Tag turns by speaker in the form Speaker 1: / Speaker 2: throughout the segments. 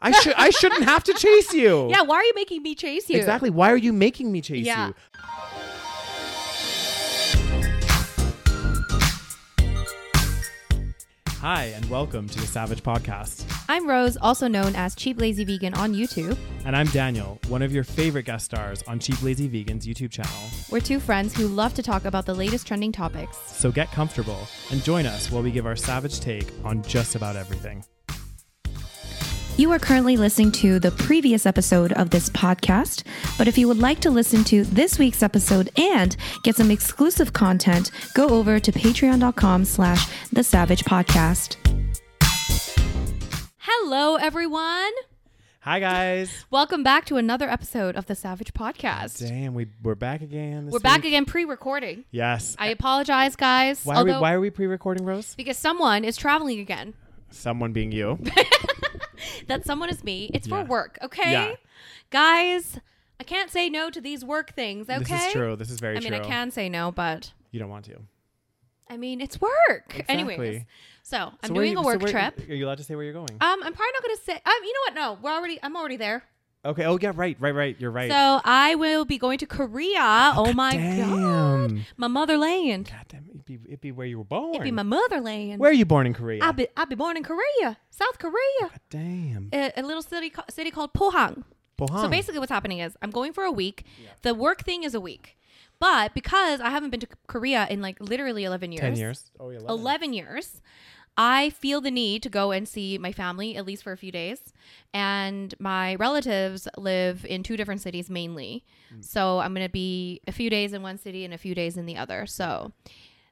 Speaker 1: I should I shouldn't have to chase you.
Speaker 2: Yeah, why are you making me chase you?
Speaker 1: Exactly. Why are you making me chase
Speaker 2: Yeah.
Speaker 1: you?
Speaker 3: Hi, and welcome to the Savage Podcast.
Speaker 4: I'm Rose, also known as Cheap Lazy Vegan on YouTube.
Speaker 3: And I'm Daniel, one of your favorite guest stars on Cheap Lazy Vegan's YouTube channel.
Speaker 4: We're two friends who love to talk about the latest trending topics.
Speaker 3: So get comfortable and join us while we give our savage take on just about everything.
Speaker 4: You are currently listening to the previous episode of this podcast, but if you would like to listen to this week's episode and get some exclusive content, go over to patreon.com slash the savage podcast.
Speaker 2: Hello, everyone.
Speaker 3: Hi, guys.
Speaker 4: Welcome back to another episode of the Savage Podcast.
Speaker 3: Damn, we, we're back again. This
Speaker 2: We're back
Speaker 3: week.
Speaker 2: again pre recording.
Speaker 3: Yes.
Speaker 2: I apologize, guys.
Speaker 3: why, are
Speaker 2: although,
Speaker 3: we, why are we pre recording, Rose?
Speaker 2: Because someone is traveling again.
Speaker 3: Someone being you.
Speaker 2: That someone is me. It's
Speaker 3: Yeah.
Speaker 2: for work, okay?
Speaker 3: Yeah.
Speaker 2: Guys, I can't say no to these work things, okay?
Speaker 3: This is true. This is very
Speaker 2: I mean,
Speaker 3: true.
Speaker 2: I can say no, but
Speaker 3: You don't want to.
Speaker 2: I mean, it's work. Anyways,
Speaker 3: Exactly.
Speaker 2: so I'm
Speaker 3: So where
Speaker 2: doing
Speaker 3: you-
Speaker 2: a
Speaker 3: so
Speaker 2: work
Speaker 3: where-
Speaker 2: trip.
Speaker 3: Are you allowed to say where you're going?
Speaker 2: Um, I'm probably not going to say. Um, you know what? No, we're already. I'm already there.
Speaker 3: okay. Oh, yeah, right, right, right. You're right.
Speaker 2: So I will be going to Korea. Oh, my god,
Speaker 3: Damn.
Speaker 2: my motherland.
Speaker 3: God damn, it'd be, it'd be where you were born.
Speaker 2: It be my Ah. motherland.
Speaker 3: Where are you born in Korea?
Speaker 2: I be I be born in Korea, South Korea,
Speaker 3: Damn.
Speaker 2: a, a little city ca- city called Pohang. So
Speaker 3: Pohang.
Speaker 2: basically, what's happening is I'm going for a week. The work thing is a week, but because I haven't been to K- Korea in like literally 11 years,
Speaker 3: ten years. Oh, yeah,
Speaker 2: 11. years, I feel the need to go and see my family at least for a few days. And my relatives live in two different cities mainly.
Speaker 3: Mm.
Speaker 2: So I'm going to be a few days in one city and a few days in the other. So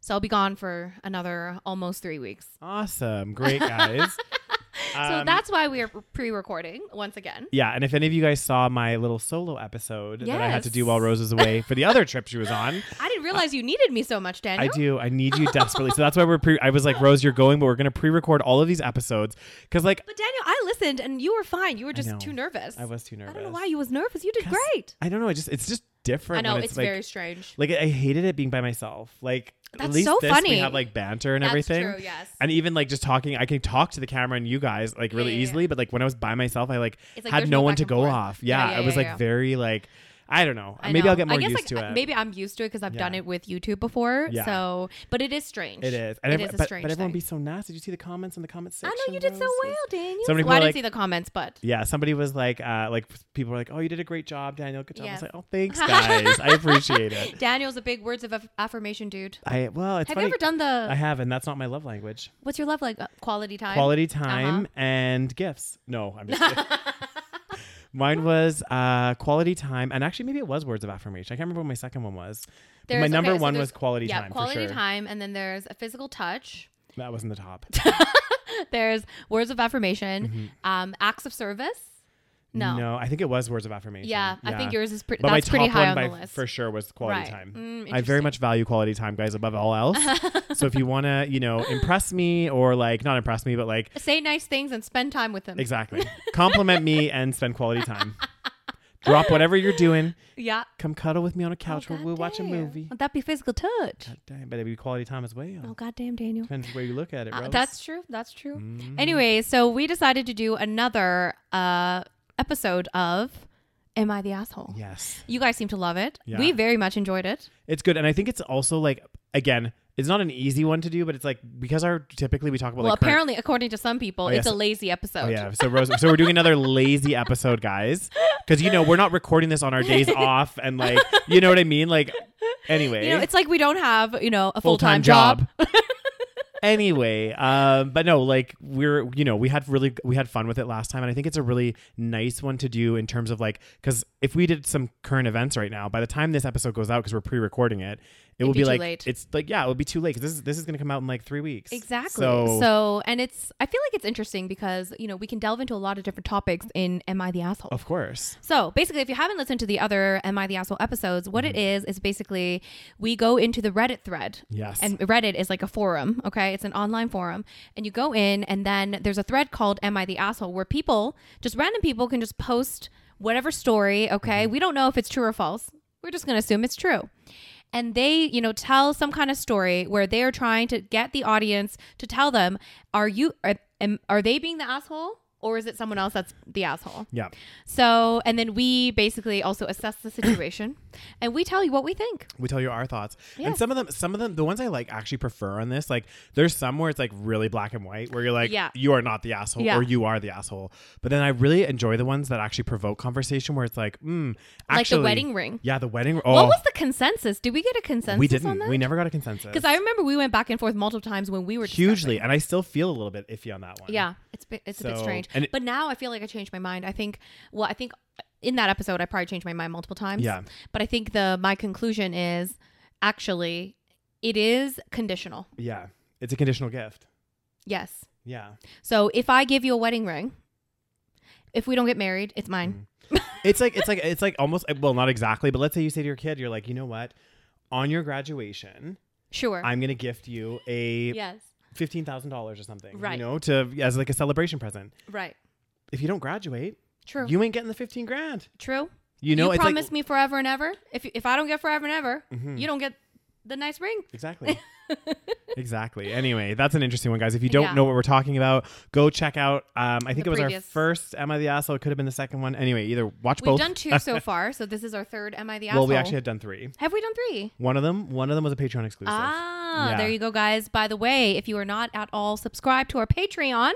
Speaker 2: so I'll be gone for another almost 3 weeks.
Speaker 3: Awesome. Great, guys.
Speaker 2: so
Speaker 3: Um,
Speaker 2: that's why we are pre-recording once again.
Speaker 3: Yeah, and if any of you guys saw my little solo episode that I had to do
Speaker 2: Yes.
Speaker 3: while Rose was away for the other trip she was on,
Speaker 2: I didn't realize you needed me so much,
Speaker 3: I
Speaker 2: Daniel.
Speaker 3: do. I need you desperately. So that's why we're pre. I was like, Rose, you're going, but we're gonna pre-record all of these episodes because, like,
Speaker 2: But Daniel, I listened and you were fine. You were
Speaker 3: know.
Speaker 2: just too nervous.
Speaker 3: I was too nervous.
Speaker 2: I don't know why you was nervous. You did
Speaker 3: 'Cause
Speaker 2: great.
Speaker 3: I don't know. I just it's just
Speaker 2: I
Speaker 3: different.
Speaker 2: know
Speaker 3: when
Speaker 2: it's,
Speaker 3: it's, like,
Speaker 2: very strange.
Speaker 3: Like I hated it being by myself. Like at
Speaker 2: That's
Speaker 3: least
Speaker 2: so
Speaker 3: this, We
Speaker 2: funny.
Speaker 3: have like banter and
Speaker 2: That's
Speaker 3: everything.
Speaker 2: true, yes.
Speaker 3: And even like just talking, I can talk to the camera and you guys like really
Speaker 2: yeah, yeah.
Speaker 3: easily. But like when I was by myself, I like,
Speaker 2: It's like
Speaker 3: had
Speaker 2: there's
Speaker 3: no
Speaker 2: no
Speaker 3: one
Speaker 2: back
Speaker 3: to
Speaker 2: and
Speaker 3: go
Speaker 2: forth.
Speaker 3: off.
Speaker 2: Yeah,
Speaker 3: Yeah,
Speaker 2: yeah,
Speaker 3: I was
Speaker 2: yeah,
Speaker 3: like
Speaker 2: yeah.
Speaker 3: very like I don't know.
Speaker 2: I
Speaker 3: maybe
Speaker 2: know.
Speaker 3: I'll get more
Speaker 2: I guess,
Speaker 3: used
Speaker 2: like,
Speaker 3: to
Speaker 2: I-
Speaker 3: it.
Speaker 2: Maybe I'm used to it because I've done
Speaker 3: Yeah.
Speaker 2: it with YouTube before.
Speaker 3: Yeah.
Speaker 2: So, but it is strange.
Speaker 3: it is. And
Speaker 2: And it
Speaker 3: every-
Speaker 2: is a
Speaker 3: but,
Speaker 2: strange.
Speaker 3: but everyone
Speaker 2: thing.
Speaker 3: be so nasty. Did you see the comments in the comment
Speaker 2: I
Speaker 3: section?
Speaker 2: know you did so
Speaker 3: Rose?
Speaker 2: well, Daniel.
Speaker 3: So many
Speaker 2: well,
Speaker 3: people
Speaker 2: I didn't
Speaker 3: like-
Speaker 2: see the comments, but
Speaker 3: Yeah, somebody was like, uh, like people were like, "Oh, you did a great job, Daniel. Good job." I was
Speaker 2: Yes.
Speaker 3: like, "Oh, thanks, guys. I appreciate it."
Speaker 2: Daniel's a big words of aff- affirmation dude.
Speaker 3: I well, it's
Speaker 2: Have
Speaker 3: funny.
Speaker 2: you ever done the
Speaker 3: I have, and that's not my love language.
Speaker 2: what's your love like uh, quality time?
Speaker 3: quality time and gifts. No, I'm just kidding. Mine was uh, quality time, and actually, maybe it was words of affirmation. I can't remember what my second one was. But my
Speaker 2: There's-
Speaker 3: number
Speaker 2: okay, so
Speaker 3: one
Speaker 2: there's-
Speaker 3: was quality
Speaker 2: yeah,
Speaker 3: time.
Speaker 2: quality
Speaker 3: for sure.
Speaker 2: time, and then there's a physical touch.
Speaker 3: That was in the top.
Speaker 2: There's words of affirmation, um, acts of service. No,
Speaker 3: Mm-hmm. no, I think it was words of affirmation.
Speaker 2: yeah, I think yours is pretty.
Speaker 3: But my
Speaker 2: That's
Speaker 3: top
Speaker 2: pretty high
Speaker 3: one
Speaker 2: on
Speaker 3: by
Speaker 2: the list.
Speaker 3: for sure was quality
Speaker 2: Right.
Speaker 3: time. I
Speaker 2: Mm,
Speaker 3: very
Speaker 2: interesting.
Speaker 3: much value quality time, guys, above all else. so if you want to, you know, impress me or like not impress me, but like
Speaker 2: Say nice things and spend time with them.
Speaker 3: exactly compliment me and spend quality time. Drop whatever you're doing.
Speaker 2: Yeah.
Speaker 3: Come cuddle with me on a couch.
Speaker 2: Oh,
Speaker 3: while we'll watch a
Speaker 2: goddamn.
Speaker 3: movie.
Speaker 2: Would that be physical touch?
Speaker 3: Damn, but it'd be quality time as well.
Speaker 2: Oh goddamn, Daniel.
Speaker 3: Depends where you look at it,
Speaker 2: Uh,
Speaker 3: Rose.
Speaker 2: that's true. That's true.
Speaker 3: Mm.
Speaker 2: Anyway, so we decided to do another uh episode of Am I the Asshole?
Speaker 3: yes,
Speaker 2: You guys seem to love it.
Speaker 3: Yeah.
Speaker 2: We very much enjoyed it.
Speaker 3: it's good, and I think it's also like again, it's not an easy one to do, but it's like because our typically we talk about
Speaker 2: Well,
Speaker 3: like current-
Speaker 2: apparently, according to some people,
Speaker 3: yeah,
Speaker 2: it's
Speaker 3: so-
Speaker 2: a lazy episode.
Speaker 3: Oh yeah, so Rose, so we're doing another lazy episode, guys, because you know we're not recording this on our days off, and like you know what I mean. Like anyway,
Speaker 2: You know, it's like we don't have, you know, a full
Speaker 3: full-time
Speaker 2: time job.
Speaker 3: anyway, um, but no, like we're you know we had really we had fun with it last time, and I think it's a really nice one to do in terms of like because if we did some current events right now, by the time this episode goes out because we're pre-recording it, it will
Speaker 2: be
Speaker 3: be,
Speaker 2: too
Speaker 3: like
Speaker 2: late.
Speaker 3: it's like yeah, it will be too late 'cause this is this is gonna come out in like three weeks
Speaker 2: Exactly.
Speaker 3: So,
Speaker 2: So, and it's, I feel like it's interesting because, you know, we can delve into a lot of different topics in Am I the Asshole?
Speaker 3: of course,
Speaker 2: So basically, if you haven't listened to the other Am I the Asshole episodes, what it is is basically we go into the Reddit thread.
Speaker 3: Yes.
Speaker 2: And Reddit is like a forum, okay? It's an online forum. And you go in, and then there's a thread called Am I the Asshole where people, just random people, can just post whatever story, okay?
Speaker 3: Mm-hmm.
Speaker 2: We don't know if it's true or false. We're just going to assume it's true. And they, you know, tell some kind of story where they are trying to get the audience to tell them, are you, are, am, are they being the asshole? or is it someone else that's the asshole?
Speaker 3: Yeah.
Speaker 2: So, and then we basically also assess the situation and we tell you what we think.
Speaker 3: We tell you our thoughts.
Speaker 2: Yeah.
Speaker 3: And some of them some of them the ones I like actually prefer on this, like there's some where it's like really black and white where you're like,
Speaker 2: Yeah.
Speaker 3: you are not the asshole
Speaker 2: Yeah.
Speaker 3: or you are the asshole. But then I really enjoy the ones that actually provoke conversation where it's like, mm,
Speaker 2: the
Speaker 3: actually,
Speaker 2: wedding ring.
Speaker 3: Yeah, the wedding ring. Oh,
Speaker 2: What was the consensus? Did we get a consensus
Speaker 3: we
Speaker 2: on
Speaker 3: didn't.
Speaker 2: that?
Speaker 3: We never got a consensus.
Speaker 2: Because I remember we went back and forth multiple times when we were
Speaker 3: hugely,
Speaker 2: discussing.
Speaker 3: and I still feel a little bit iffy on that one.
Speaker 2: Yeah, it's bi- it's a bit
Speaker 3: So-
Speaker 2: strange.
Speaker 3: and it-
Speaker 2: but now I feel like I changed my mind. I think well, I think in that episode I probably changed my mind multiple times.
Speaker 3: Yeah.
Speaker 2: But I think the my conclusion is actually it is conditional.
Speaker 3: Yeah. It's a conditional gift.
Speaker 2: Yes.
Speaker 3: Yeah.
Speaker 2: So if I give you a wedding ring, if we don't get married, it's
Speaker 3: Mm-hmm.
Speaker 2: mine.
Speaker 3: It's like it's like it's like almost well, not exactly, but let's say you say to your kid, you're like, you know what? On your graduation,
Speaker 2: Sure.
Speaker 3: I'm gonna gift you a
Speaker 2: yes.
Speaker 3: fifteen thousand dollars or something,
Speaker 2: Right.
Speaker 3: You know, to as like a celebration present.
Speaker 2: Right.
Speaker 3: If you don't graduate,
Speaker 2: True.
Speaker 3: you ain't getting the fifteen grand.
Speaker 2: True.
Speaker 3: You know,
Speaker 2: you
Speaker 3: it's
Speaker 2: promise
Speaker 3: like, Mm-hmm.
Speaker 2: me forever and ever. If if I don't get forever and ever, you don't get the nice ring.
Speaker 3: Exactly. exactly. Anyway, that's an interesting one, guys. If you don't
Speaker 2: Yeah.
Speaker 3: know what we're talking about, go check out. Um, I think it
Speaker 2: The
Speaker 3: was
Speaker 2: previous-
Speaker 3: our first Emma the asshole. It could have been the second one. Anyway, either watch
Speaker 2: We've
Speaker 3: both.
Speaker 2: done two so far, so this is our third. Am I the asshole?
Speaker 3: well, we actually had done three.
Speaker 2: have we done three?
Speaker 3: One of them, one of them was a Patreon exclusive.
Speaker 2: Ah,
Speaker 3: Yeah.
Speaker 2: there you go, guys. By the way, if you are not at all subscribed to our Patreon,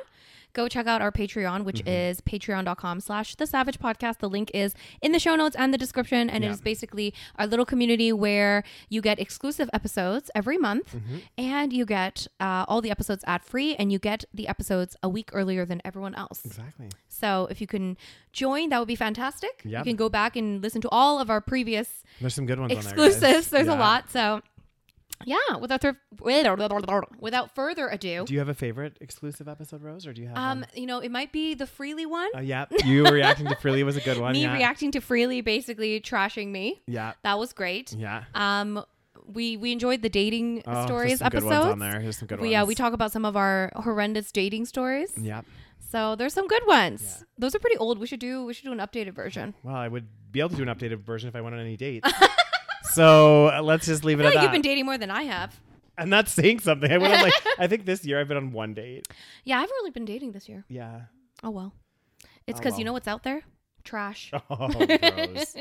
Speaker 2: go check out our Patreon, which
Speaker 3: Mm-hmm.
Speaker 2: is patreon.com slash the savage podcast. The link is in the show notes and the description. And it
Speaker 3: Yeah.
Speaker 2: is basically our little community where you get exclusive episodes every month
Speaker 3: Mm-hmm.
Speaker 2: and you get uh, all the episodes ad free and you get the episodes a week earlier than everyone else.
Speaker 3: Exactly.
Speaker 2: So if you can join, that would be fantastic. You
Speaker 3: Yep.
Speaker 2: can go back and listen to all of our previous
Speaker 3: There's some good ones on there.
Speaker 2: exclusives.
Speaker 3: guys.
Speaker 2: There's a
Speaker 3: Yeah.
Speaker 2: lot. So, yeah, without thir- without further ado,
Speaker 3: Do you have a favorite exclusive episode, Rose, or do you have?
Speaker 2: um,
Speaker 3: one?
Speaker 2: you know, it might be the Freely one.
Speaker 3: Uh, yeah, you reacting to Freely was a good one.
Speaker 2: me
Speaker 3: yeah.
Speaker 2: reacting to Freely basically trashing me.
Speaker 3: Yeah.
Speaker 2: That was great.
Speaker 3: Yeah.
Speaker 2: Um, we we enjoyed the dating
Speaker 3: Oh, there's
Speaker 2: stories
Speaker 3: some good
Speaker 2: episodes.
Speaker 3: ones on there. There's some good
Speaker 2: We, yeah,
Speaker 3: ones.
Speaker 2: we talk about some of our horrendous dating stories.
Speaker 3: Yeah.
Speaker 2: So there's some good ones. Those are pretty old. We should do we should do an updated version.
Speaker 3: Well, I would be able to do an updated version if I went on any dates. so uh, let's just leave it
Speaker 2: I
Speaker 3: at
Speaker 2: feel like
Speaker 3: that.
Speaker 2: you've been dating more than I have.
Speaker 3: and that's saying something. I went on like I think this year I've been on one date.
Speaker 2: Yeah, I've really been dating this year.
Speaker 3: Yeah.
Speaker 2: Oh well, it's
Speaker 3: Oh,
Speaker 2: because
Speaker 3: well.
Speaker 2: you know what's out there? Trash.
Speaker 3: Oh, gross.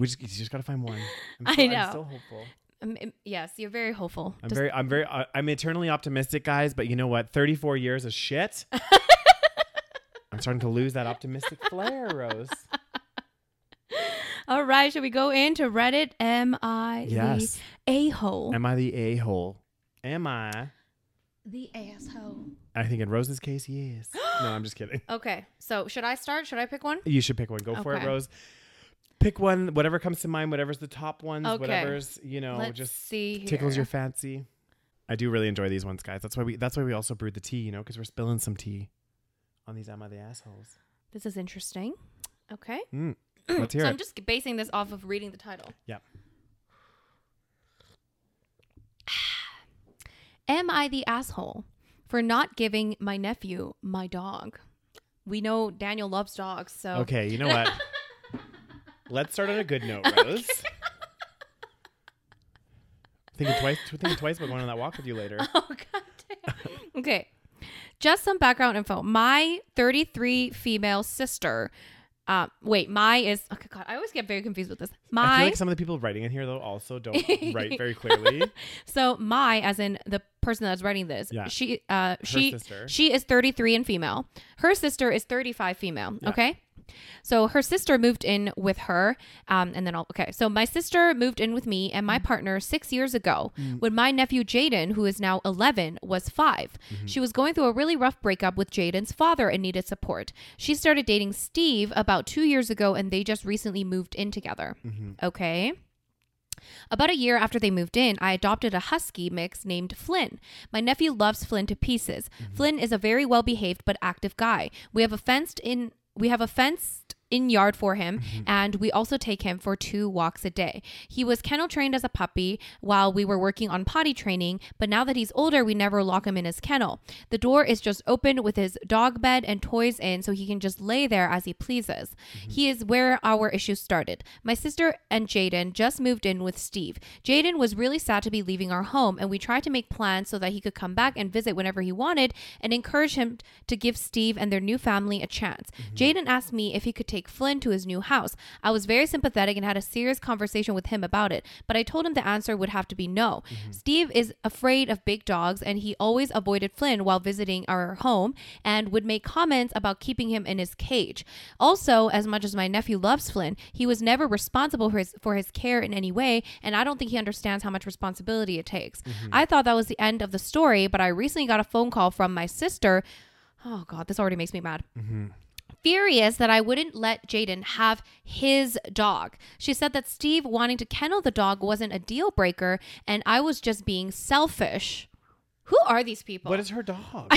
Speaker 3: we just, you just gotta find one. I'm
Speaker 2: I
Speaker 3: still,
Speaker 2: know.
Speaker 3: I'm still hopeful.
Speaker 2: Um, um, yes, you're very hopeful.
Speaker 3: I'm
Speaker 2: Just-
Speaker 3: very, I'm very, uh, I'm eternally optimistic, guys. But you know what? 34 years of shit. I'm starting to lose that optimistic flair, Rose.
Speaker 2: All right, should we go into Reddit? Am I
Speaker 3: Yes.
Speaker 2: the a hole?
Speaker 3: Am I the a hole? Am I?
Speaker 2: The asshole.
Speaker 3: I think in Rose's case, he is. No, I'm just kidding.
Speaker 2: Okay, so should I start? Should I pick one?
Speaker 3: You should pick one. Go for it,
Speaker 2: Okay.
Speaker 3: Rose. Pick one, whatever comes to mind, whatever's the top ones,
Speaker 2: Okay.
Speaker 3: whatever's you know,
Speaker 2: Let's
Speaker 3: just
Speaker 2: see.
Speaker 3: tickles your
Speaker 2: here.
Speaker 3: fancy. I do really enjoy these ones, guys. That's why we. That's why we also brewed the tea, you know, because we're spilling some tea on these am I the assholes.
Speaker 2: this is interesting. Okay,
Speaker 3: Mm. Let's hear
Speaker 2: so
Speaker 3: it.
Speaker 2: I'm just basing this off of reading the title.
Speaker 3: yeah.
Speaker 2: Am I the asshole for not giving my nephew my dog? We know Daniel loves dogs, so
Speaker 3: Okay. You know what? Let's start on a good note, Rose. Thinking twice. Thinking twice about going on that walk with you later.
Speaker 2: Oh god damn. okay. Just some background info. My 33 female sister. Uh, wait, my is okay. God, I always get very confused with this.
Speaker 3: I
Speaker 2: My
Speaker 3: feel like some of the people writing in here though also don't write very clearly.
Speaker 2: so my as in the person that's writing this.
Speaker 3: Yeah.
Speaker 2: She uh she
Speaker 3: sister.
Speaker 2: she is 33 and female. Her sister is 35 female. Okay. So her sister moved in with her, um, and then I'll, okay. So my sister moved in with me and
Speaker 3: Mm-hmm.
Speaker 2: my partner six years ago
Speaker 3: Mm.
Speaker 2: when my nephew Jaden, who is now 11, was 5
Speaker 3: Mm-hmm.
Speaker 2: She was going through a really rough breakup with Jaden's father and needed support. She started dating Steve about two years ago, and they just recently moved in together.
Speaker 3: Mm-hmm.
Speaker 2: Okay. About a year after they moved in, I adopted a husky mix named Flynn. My nephew loves Flynn to pieces. Flynn is a very well-behaved but active guy. We have a fenced in we have a fenced in yard for him and we also take him for two walks a day. He was kennel trained as a puppy while we were working on potty training, but now that he's older, we never lock him in his kennel. The door is just open with his dog bed and toys in so he can just lay there as he pleases. He is where our issue started. My sister and Jaden just moved in with Steve. Jaden was really sad to be leaving our home and we tried to make plans so that he could come back and visit whenever he wanted and encourage him to give Steve and their new family a chance. Jaden asked me if he could take Flynn to his new house. I was very sympathetic and had a serious conversation with him about it, but I told him the answer would have to be no. Steve is afraid of big dogs and he always avoided Flynn while visiting our home and would make comments about keeping him in his cage. Also, as much as my nephew loves Flynn, he was never responsible for his for his care in any way, and I don't think he understands how much responsibility it takes. I thought that was the end of the story, but I recently got a phone call from my sister. Oh god, this already makes me mad furious that I wouldn't let Jaden have his dog. She said that Steve wanting to kennel the dog wasn't a deal breaker and I was just being selfish. Who are these people?
Speaker 1: What is her dog?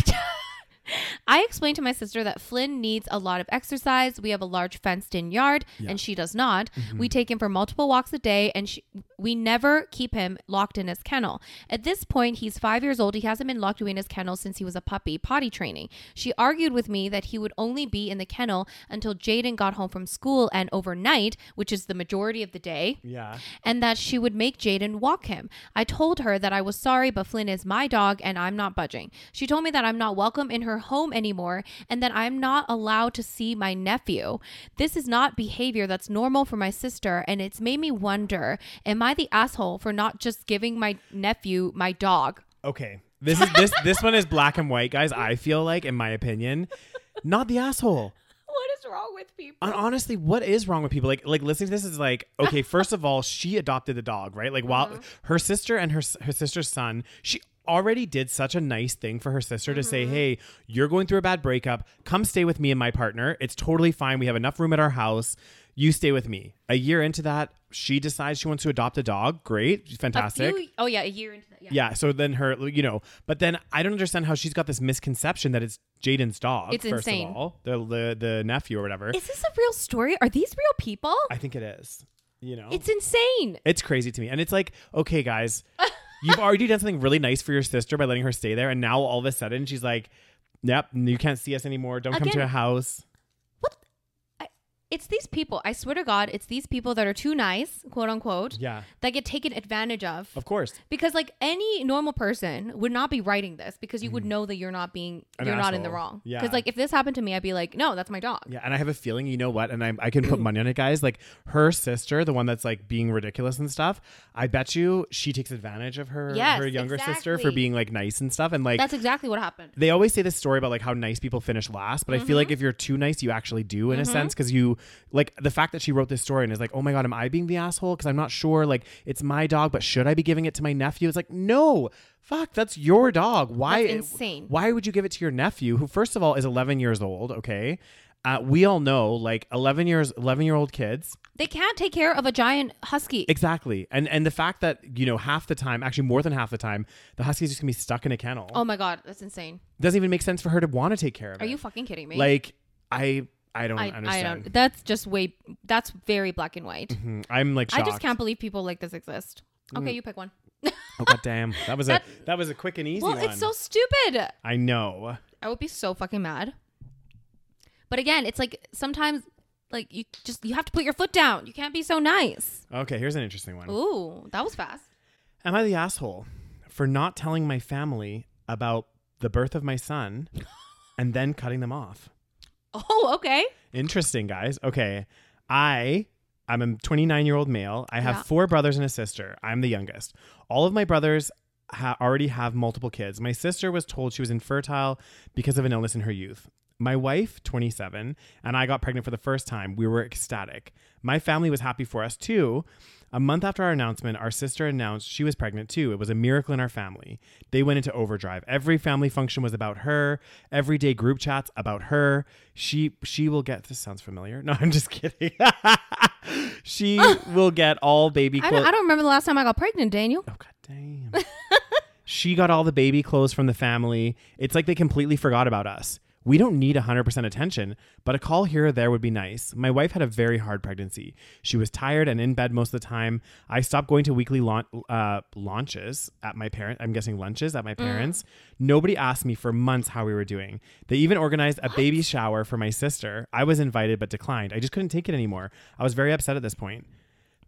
Speaker 2: I explained to my sister that Flynn needs a lot of exercise. We have a large fenced in yard and she does not. We take him for multiple walks a day and she, we never keep him locked in his kennel. At this point, he's five years old. He hasn't been locked away in his kennel since he was a puppy, potty training. She argued with me that he would only be in the kennel until Jaden got home from school and overnight, which is the majority of the day
Speaker 3: Yeah.
Speaker 2: and that she would make Jaden walk him. I told her that I was sorry, but Flynn is my dog and I'm not budging. She told me that I'm not welcome in her home anymore and that I'm not allowed to see my nephew. This is not behavior that's normal for my sister, and it's made me wonder am I the asshole for not just giving my nephew my dog?
Speaker 3: Okay. This is this this one is black and white, guys. I feel like, in my opinion, not the asshole.
Speaker 2: What is wrong with people?
Speaker 3: Hon- honestly, what is wrong with people? Like, like listening to this is like, okay, first of all, she adopted the dog, right? Like, while
Speaker 1: Uh-huh.
Speaker 3: her sister and her s- her sister's son, she already did such a nice thing for her sister to
Speaker 1: Mm-hmm.
Speaker 3: say, hey, you're going through a bad breakup. Come stay with me and my partner. It's totally fine. We have enough room at our house. You stay with me. A year into that, she decides she wants to adopt a dog. Great, fantastic.
Speaker 2: oh, yeah, a year into that. Yeah.
Speaker 3: Yeah. So then her, you know, but then I don't understand how she's got this misconception that it's Jaden's dog.
Speaker 2: It's
Speaker 3: first
Speaker 2: insane.
Speaker 3: Of all, the, the the nephew or whatever.
Speaker 2: Is this a real story? Are these real people?
Speaker 3: I think it is. You know,
Speaker 2: it's insane.
Speaker 3: it's crazy to me, and it's like, okay, guys, you've already done something really nice for your sister by letting her stay there, and now all of a sudden she's like, "Yep, you can't see us anymore. Don't come to
Speaker 2: Again-
Speaker 3: our house."
Speaker 2: what I, it's these people i swear to god it's these people that are too nice quote unquote
Speaker 3: Yeah,
Speaker 2: that get taken advantage of
Speaker 3: of course.
Speaker 2: because like any normal person would not be writing this because you would know that you're not being
Speaker 3: Mm-hmm. An
Speaker 2: you're not in the
Speaker 3: asshole.
Speaker 2: wrong
Speaker 3: Yeah.
Speaker 2: because like if this happened to me i'd be like no that's my dog
Speaker 3: Yeah, and I have a feeling, you know what? And I, I can put money on it, guys. Like her sister, the one that's like being ridiculous and stuff. I bet you she takes advantage of her
Speaker 2: Yes,
Speaker 3: her younger sister for
Speaker 2: exactly.
Speaker 3: being like nice and stuff. And like
Speaker 2: that's exactly what happened
Speaker 3: they always say this story about like how nice people finish last, but I feel like
Speaker 2: Mm-hmm.
Speaker 3: if you're too nice, you actually do in a sense because you like the fact that she wrote this story and is like, oh my god, am I being the asshole? Because I'm not sure. Like it's my dog, but should I be giving it to my nephew? It's like no, fuck, that's your dog. Why
Speaker 2: That's insane.
Speaker 3: Why would you give it to your nephew, who first of all is 11 years old? Okay, uh, we all know like 11 years 11 year old kids
Speaker 2: they can't take care of a giant husky
Speaker 3: exactly, and and the fact that you know half the time, actually more than half the time, the husky's just gonna be stuck in a kennel.
Speaker 2: oh my god that's insane
Speaker 3: Doesn't even make sense for her to want to take care of it.
Speaker 2: are you fucking kidding me
Speaker 3: Like I I don't
Speaker 2: I, I
Speaker 3: understand.
Speaker 2: don't that's just way that's very black and white
Speaker 3: Mhm. I'm like
Speaker 2: i
Speaker 3: shocked. Mm.
Speaker 2: just can't believe people like this exist okay you pick one
Speaker 3: Oh god damn. That was a that was a quick and easy
Speaker 2: well
Speaker 3: one.
Speaker 2: it's so stupid
Speaker 3: I know.
Speaker 2: I would be so fucking mad. But again, it's like sometimes like you just you have to put your foot down. You can't be so nice.
Speaker 3: Okay, here's an interesting one.
Speaker 2: Ooh, that was fast.
Speaker 3: Am I the asshole for not telling my family about the birth of my son and then cutting them off?
Speaker 2: Oh, okay.
Speaker 3: Interesting, guys. Okay. I I'm a 29 year old male. I have
Speaker 2: Yeah.
Speaker 3: four brothers and a sister. I'm the youngest. All of my brothers ha- already have multiple kids. My sister was told she was infertile because of an illness in her youth. My wife, 27, and I got pregnant for the first time. We were ecstatic. My family was happy for us too. A month after our announcement, our sister announced she was pregnant too. It was a miracle in our family. They went into overdrive. Every family function was about her. Everyday group chats about her. She she will get this sounds familiar. No, I'm just kidding. she will get all baby
Speaker 2: I
Speaker 3: clo-
Speaker 2: don't, I don't remember the last time I got pregnant, Daniel.
Speaker 3: Oh god damn. she got all the baby clothes from the family. It's like they completely forgot about us. We don't need 100% attention, but a call here or there would be nice. My wife had a very hard pregnancy. She was tired and in bed most of the time. I stopped going to weekly laun- uh, launches at my parent. I'm guessing lunches
Speaker 2: Mm.
Speaker 3: at my parents. Nobody asked me for months how we were doing. They even organized a baby shower for my sister. I was invited but declined. I just couldn't take it anymore. I was very upset at this point.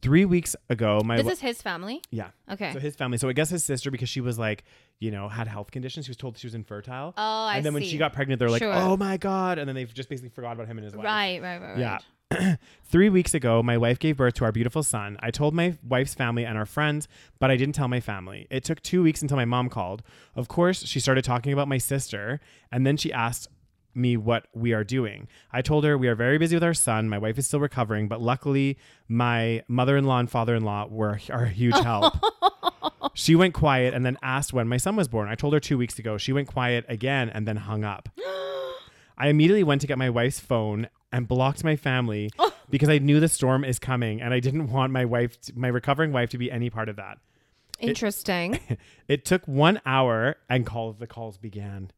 Speaker 3: Three weeks ago, my
Speaker 2: This
Speaker 3: wi-
Speaker 2: is his family.
Speaker 3: yeah.
Speaker 2: Okay.
Speaker 3: So his family. So I guess his sister, because she was like, you know, had health conditions. She was told she was infertile.
Speaker 2: Oh, I
Speaker 3: And then when
Speaker 2: see.
Speaker 3: she got pregnant, they're like,
Speaker 2: Sure.
Speaker 3: oh my god. And then they've just basically forgot about him and his wife.
Speaker 2: Right, right, right, right.
Speaker 3: Yeah. Three weeks ago, my wife gave birth to our beautiful son. I told my wife's family and our friends, but I didn't tell my family. It took two weeks until my mom called. Of course, she started talking about my sister, and then she asked me what we are doing. I told her we are very busy with our son. My wife is still recovering, but luckily, my mother in law and father in law were are a huge help. She went quiet and then asked when my son was born. I told her two weeks ago. She went quiet again and then hung up. I immediately went to get my wife's phone and blocked my family because I knew the storm is coming and I didn't want my wife, to, my recovering wife, to be any part of that.
Speaker 2: Interesting.
Speaker 3: It took one hour and calls the calls began.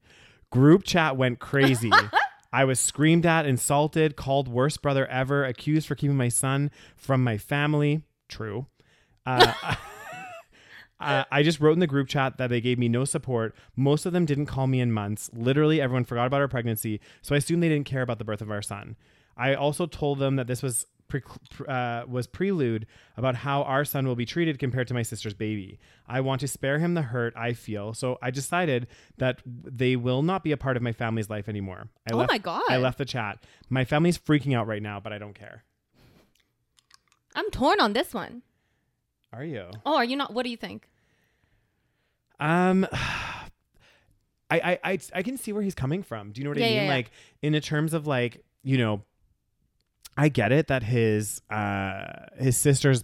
Speaker 3: Group chat went crazy. I was screamed at, insulted, called worst brother ever, accused for keeping my son from my family. True. Uh, I just wrote in the group chat that they gave me no support. Most of them didn't call me in months. Literally, everyone forgot about our pregnancy, so I assumed they didn't care about the birth of our son. I also told them that this was pre- uh, was prelude about how our son will be treated compared to my sister's baby. I want to spare him the hurt I feel, so I decided that they will not be a part of my family's life anymore. I
Speaker 2: Oh
Speaker 3: left,
Speaker 2: my God.
Speaker 3: I left the chat. My family's freaking out right now, but I don't care.
Speaker 2: I'm torn on this one.
Speaker 3: Are you?
Speaker 2: Oh, are you not? What do you think?
Speaker 3: Um, I, I, I, I can see where he's coming from. Do you know what I
Speaker 2: Yeah,
Speaker 3: mean?
Speaker 2: yeah, yeah.
Speaker 3: Like in the terms of like, you know, I get it that his, uh, his sister's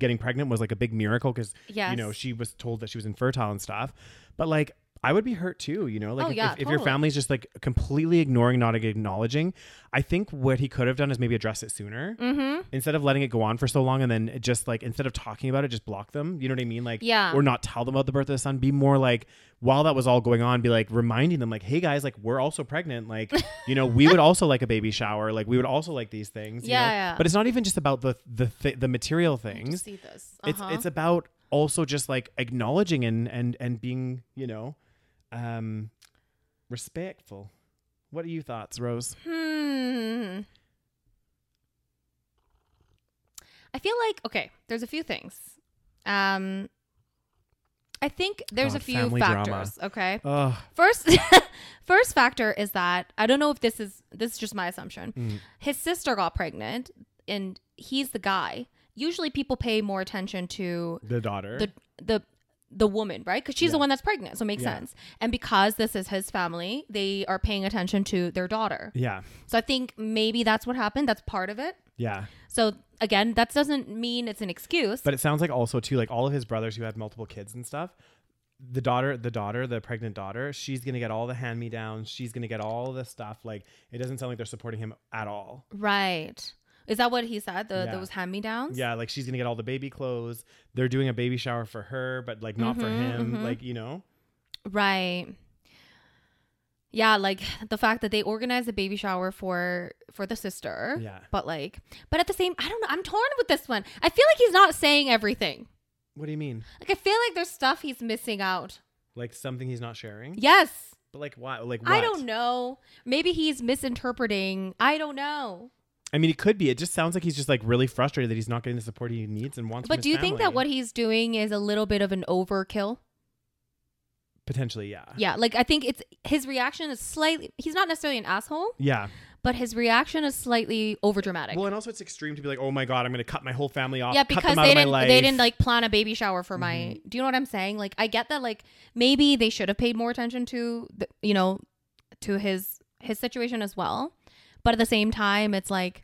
Speaker 3: getting pregnant was like a big miracle because,
Speaker 2: Yes.
Speaker 3: you know, she was told that she was infertile and stuff. But like, I would be hurt too, you know, like
Speaker 2: Oh,
Speaker 3: if,
Speaker 2: yeah,
Speaker 3: if, if your
Speaker 2: totally.
Speaker 3: family's just like completely ignoring, not acknowledging, I think what he could have done is maybe address it sooner
Speaker 2: Mm-hmm.
Speaker 3: instead of letting it go on for so long and then it just like instead of talking about it just block them you know what i mean like
Speaker 2: Yeah.
Speaker 3: or not tell them about the birth of the son be more like while that was all going on be like reminding them like hey guys like we're also pregnant like you know we would also like a baby shower like we would also like these things you
Speaker 2: Yeah,
Speaker 3: know?
Speaker 2: yeah.
Speaker 3: but it's not even just about the the th- the material things
Speaker 2: See this. Uh-huh.
Speaker 3: it's it's about also just like acknowledging and and and being you know um respectful what are your thoughts rose
Speaker 2: Hmm. I feel like okay. There's a few things. Um, I think there's
Speaker 3: God,
Speaker 2: a few
Speaker 3: Oh, family drama.
Speaker 2: factors. Okay.
Speaker 3: Ugh.
Speaker 2: First, first factor is that I don't know if this is this is just my assumption.
Speaker 3: Mm.
Speaker 2: His sister got pregnant, and he's the guy. Usually, people pay more attention to
Speaker 3: the daughter
Speaker 2: the the the woman, right? Because she's the one that's pregnant, so it makes
Speaker 3: Yeah.
Speaker 2: sense. And because this is his family, they are paying attention to their daughter.
Speaker 3: yeah
Speaker 2: So I think maybe that's what happened. That's part of it.
Speaker 3: yeah
Speaker 2: So again, that doesn't mean it's an excuse.
Speaker 3: But it sounds like also too, like all of his brothers who had multiple kids and stuff. The daughter, the daughter, the pregnant daughter, she's gonna get all the hand me downs. She's gonna get all the stuff. Like it doesn't sound like they're supporting him at all.
Speaker 2: right. Is that what he said? The,
Speaker 3: Yeah.
Speaker 2: Those hand me downs?
Speaker 3: Yeah, like she's gonna get all the baby clothes. They're doing a baby shower for her, but like not for
Speaker 2: Mm-hmm,
Speaker 3: him. Like you know,
Speaker 2: Right. Yeah, like the fact that they organized a baby shower for for the sister.
Speaker 3: Yeah.
Speaker 2: But like but at the same I don't know, I'm torn with this one. I feel like he's not saying everything.
Speaker 3: what do you mean?
Speaker 2: Like I feel like there's stuff he's missing out.
Speaker 3: Like something he's not sharing?
Speaker 2: Yes.
Speaker 3: But like why? Like
Speaker 2: I
Speaker 3: what?
Speaker 2: don't know. Maybe he's misinterpreting. I don't know.
Speaker 3: I mean, it could be. It just sounds like he's just like really frustrated that he's not getting the support he needs and wants. from
Speaker 2: But
Speaker 3: his
Speaker 2: do you think that
Speaker 3: family.
Speaker 2: what he's doing is a little bit of an overkill?
Speaker 3: potentially? Yeah.
Speaker 2: Yeah, like I think it's his reaction is slightly he's not necessarily an asshole,
Speaker 3: Yeah.
Speaker 2: but his reaction is slightly overdramatic.
Speaker 3: Well, and also it's extreme to be like, oh my god, I'm gonna cut my whole family off.
Speaker 2: yeah,
Speaker 3: Oh, cut them
Speaker 2: because
Speaker 3: out
Speaker 2: they
Speaker 3: of my
Speaker 2: didn't
Speaker 3: life. Mm-hmm.
Speaker 2: they didn't like plan a baby shower for my Do you know what I'm saying? Like I get that like maybe they should have paid more attention to the, you know to his his situation as well. But at the same time it's like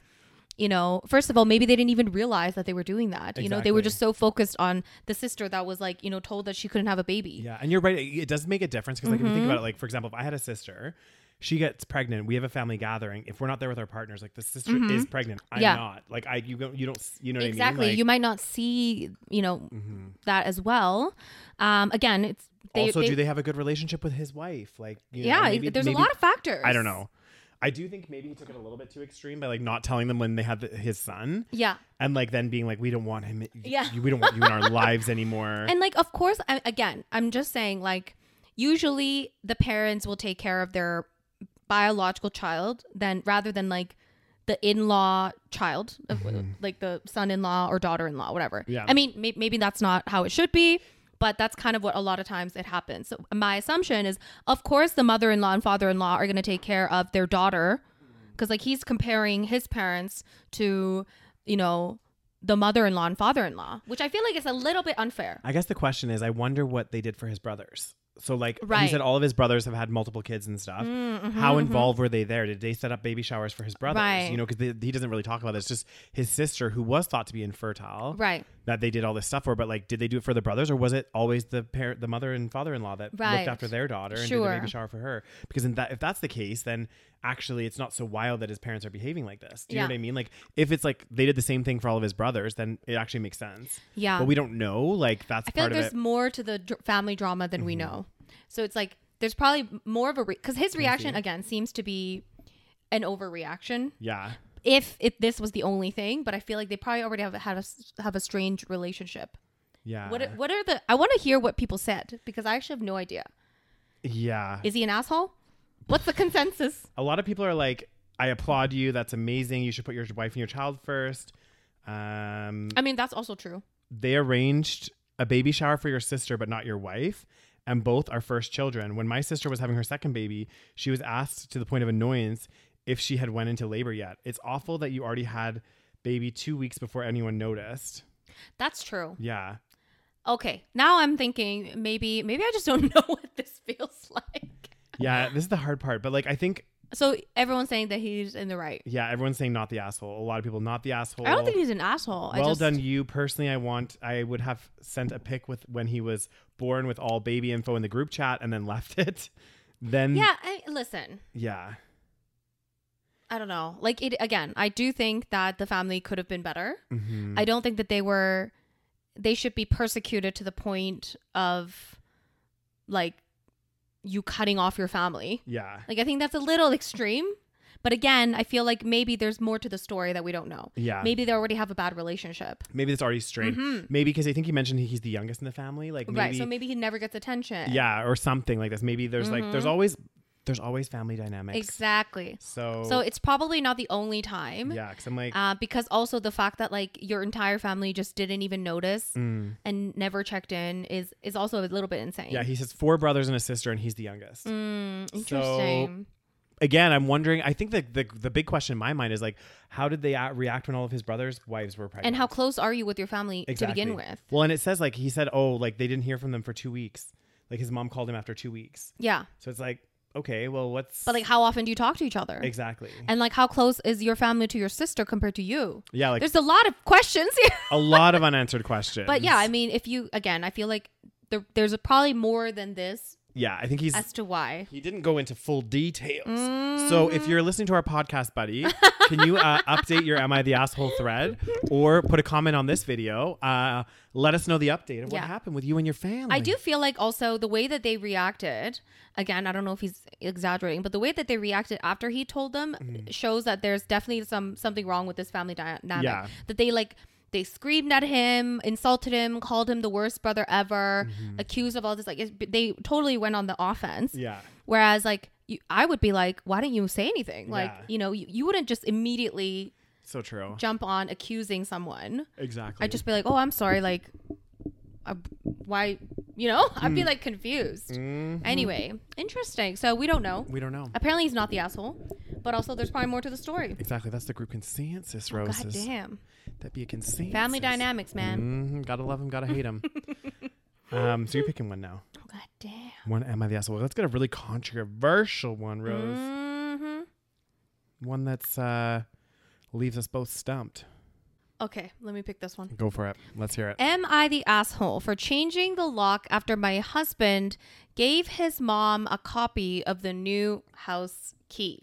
Speaker 2: you know, first of all, maybe they didn't even realize that they were doing that. You know, they were
Speaker 3: Exactly.
Speaker 2: just so focused on the sister that was like, you know, told that she couldn't have a baby. Mm-hmm.
Speaker 3: Yeah, and you're right. It it does make a difference because, like, if you think about it, like for example, if I had a sister she gets pregnant, we have a family gathering. If we're not there with our partners, like the sister
Speaker 2: Mhm.
Speaker 3: is pregnant, I'm
Speaker 2: Yeah.
Speaker 3: not. Like I, you don't, you don't, s- you know
Speaker 2: exactly.
Speaker 3: what I mean?
Speaker 2: you might not see, you know,
Speaker 3: Mhm.
Speaker 2: that as well. Um, again, it's they,
Speaker 3: also,
Speaker 2: they-
Speaker 3: do they have a good relationship with his wife? Like, you know,
Speaker 2: yeah,
Speaker 3: maybe-
Speaker 2: there's
Speaker 3: maybe-
Speaker 2: a lot of factors.
Speaker 3: I don't know. I do think maybe he took it a little bit too extreme by like not telling them when they had the, his son,
Speaker 2: Yeah.
Speaker 3: and like then being like, "We don't want him.
Speaker 2: Yeah.
Speaker 3: you- we don't want you in our lives anymore."
Speaker 2: And like, of course, I, again, I'm just saying, like, usually the parents will take care of their biological child, then rather than like the in-law child, of- like the son-in-law or daughter-in-law, whatever.
Speaker 3: Yeah.
Speaker 2: I mean, may- maybe that's not how it should be. But that's kind of what a lot of times it happens. So my assumption is, of course, the mother-in-law and father-in-law are going to take care of their daughter, because like he's comparing his parents to, you know, the mother-in-law and father-in-law, which I feel like is a little bit unfair.
Speaker 3: I guess the question is, I wonder what they did for his brothers. So, like, he
Speaker 2: Right. Mm, mm-hmm,
Speaker 3: said all of his brothers have had multiple kids and stuff. How involved were they there? Did they set up baby showers for his brothers?
Speaker 2: Right.
Speaker 3: You know, because he doesn't really talk about this. Just his sister, who was thought to be infertile,
Speaker 2: Right.
Speaker 3: that they did all this stuff for. But like, did they do it for the brothers, or was it always the parent, the mother and father-in-law that
Speaker 2: Right.
Speaker 3: looked after their daughter and did
Speaker 2: Sure.
Speaker 3: the baby shower for her? Because in that, if that's the case, then actually it's not so wild that his parents are behaving like this. Do you
Speaker 2: Yeah.
Speaker 3: know what I mean? Like, if it's like they did the same thing for all of his brothers, then it actually makes sense.
Speaker 2: Yeah.
Speaker 3: But we don't know. Like, that's
Speaker 2: I feel
Speaker 3: part
Speaker 2: like
Speaker 3: of it. Mm-hmm.
Speaker 2: there's more to the dr- family drama than we know. So it's like there's probably more of a because his reaction again seems to be an overreaction.
Speaker 3: Yeah.
Speaker 2: If if this was the only thing, but I feel like they probably already have had a s- have a strange relationship.
Speaker 3: Yeah.
Speaker 2: What what are the? I want to hear what people said because I actually have no idea.
Speaker 3: yeah.
Speaker 2: Is he an asshole? What's the consensus?
Speaker 3: a lot of people are like, I applaud you. That's amazing. You should put your wife and your child first. Um,
Speaker 2: I mean, that's also true.
Speaker 3: they arranged a baby shower for your sister, but not your wife. And both are first children. When my sister was having her second baby, she was asked to the point of annoyance if she had went into labor yet. It's awful that you already had baby two weeks before anyone noticed.
Speaker 2: That's true.
Speaker 3: Yeah.
Speaker 2: Okay, now I'm thinking maybe maybe I just don't know what this feels like.
Speaker 3: Yeah. This is the hard part. But like, I think,
Speaker 2: So everyone's saying that he's in the right.
Speaker 3: yeah, everyone's saying not the asshole. A lot of people, not the asshole.
Speaker 2: I don't think he's an asshole. I
Speaker 3: Well
Speaker 2: just,
Speaker 3: done, you. Personally, I want I would have sent a pic with when he was born with all baby info in the group chat and then left it. Then
Speaker 2: Yeah, I, listen.
Speaker 3: yeah,
Speaker 2: I don't know. Like it again. I do think that the family could have been better.
Speaker 3: Mhm.
Speaker 2: I don't think that they were. They should be persecuted to the point of, like, you cutting off your family.
Speaker 3: yeah,
Speaker 2: Like I think that's a little extreme. But again, I feel like maybe there's more to the story that we don't know.
Speaker 3: yeah.
Speaker 2: Maybe they already have a bad relationship.
Speaker 3: maybe that's already straight. Maybe because I think he mentioned he's the youngest in the family. Like maybe,
Speaker 2: right. So maybe he never gets attention.
Speaker 3: yeah, or something like this. Maybe there's like
Speaker 2: Mm-hmm.
Speaker 3: there's always there's always family dynamics.
Speaker 2: Exactly.
Speaker 3: So
Speaker 2: So it's probably not the only time.
Speaker 3: yeah, because I'm like
Speaker 2: uh, because also the fact that like your entire family just didn't even notice
Speaker 3: mm.
Speaker 2: and never checked in is is also a little bit insane.
Speaker 3: yeah. He says four brothers and a sister, and he's the youngest.
Speaker 2: Mm, interesting.
Speaker 3: again, I'm wondering. I think the, the the big question in my mind is like, how did they a- react when all of his brothers' wives were pregnant?
Speaker 2: and how close are you with your family
Speaker 3: Exactly.
Speaker 2: to begin with?
Speaker 3: Well, and it says like he said, oh, like they didn't hear from them for two weeks. Like his mom called him after two weeks.
Speaker 2: Yeah,
Speaker 3: So it's like, okay, well, what's
Speaker 2: but like, how often do you talk to each other?
Speaker 3: exactly?
Speaker 2: And like, how close is your family to your sister compared to you?
Speaker 3: yeah, like
Speaker 2: There's a lot of questions here.
Speaker 3: a lot of unanswered questions.
Speaker 2: but yeah, I mean, if you again, I feel like there, there's a, probably more than this
Speaker 3: yeah, I think he's
Speaker 2: as to why.
Speaker 3: he didn't go into full details. So if you're listening to our podcast, buddy, can you uh, update your "Am I the Asshole" thread or put a comment on this video? Uh, let us know the update of what
Speaker 2: Yeah.
Speaker 3: happened with you and your family.
Speaker 2: I do feel like also the way that they reacted, again, I don't know if he's exaggerating, but the way that they reacted after he told them
Speaker 3: Mm-hmm.
Speaker 2: shows that there's definitely some something wrong with this family dynamic.
Speaker 3: Yeah.
Speaker 2: That they like they screamed at him, insulted him, called him the worst brother ever, accused of all this like it, they totally went on the offense.
Speaker 3: Mm-hmm. Yeah.
Speaker 2: Whereas like you, I would be like, why didn't you say anything? Like,
Speaker 3: Yeah.
Speaker 2: you know, you, you wouldn't just immediately
Speaker 3: So true.
Speaker 2: jump on accusing someone.
Speaker 3: Exactly.
Speaker 2: I'd just be like, oh, I'm sorry. Like, uh, why? You know, I'd be like confused.
Speaker 3: Mm.
Speaker 2: Anyway, interesting. So we don't know.
Speaker 3: Mm-hmm. we don't know.
Speaker 2: Apparently, he's not the asshole, but also there's probably more to the story.
Speaker 3: Exactly. That's the group consensus,
Speaker 2: God
Speaker 3: Roses.
Speaker 2: damn.
Speaker 3: That'd be a consensus.
Speaker 2: Family dynamics, man.
Speaker 3: hmm Gotta love him, gotta hate him. um, so you're picking one now.
Speaker 2: Oh, God damn.
Speaker 3: One am I the asshole? Let's get a really controversial one, Rose.
Speaker 2: hmm
Speaker 3: One that's uh leaves us both stumped.
Speaker 2: Okay, let me pick this one.
Speaker 3: Go for it. Let's hear it.
Speaker 2: Am I the asshole for changing the lock after my husband gave his mom a copy of the new house key?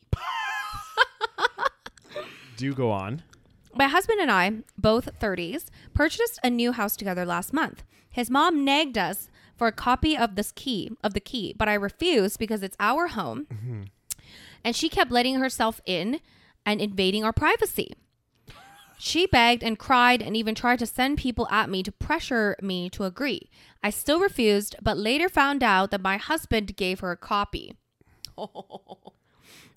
Speaker 3: Do go on.
Speaker 2: My husband and I, both 30s, purchased a new house together last month. His mom nagged us for a copy of this key, of the key, but I refused because it's our home. And she kept letting herself in and invading our privacy. She begged and cried and even tried to send people at me to pressure me to agree. I still refused, but later found out that my husband gave her a copy.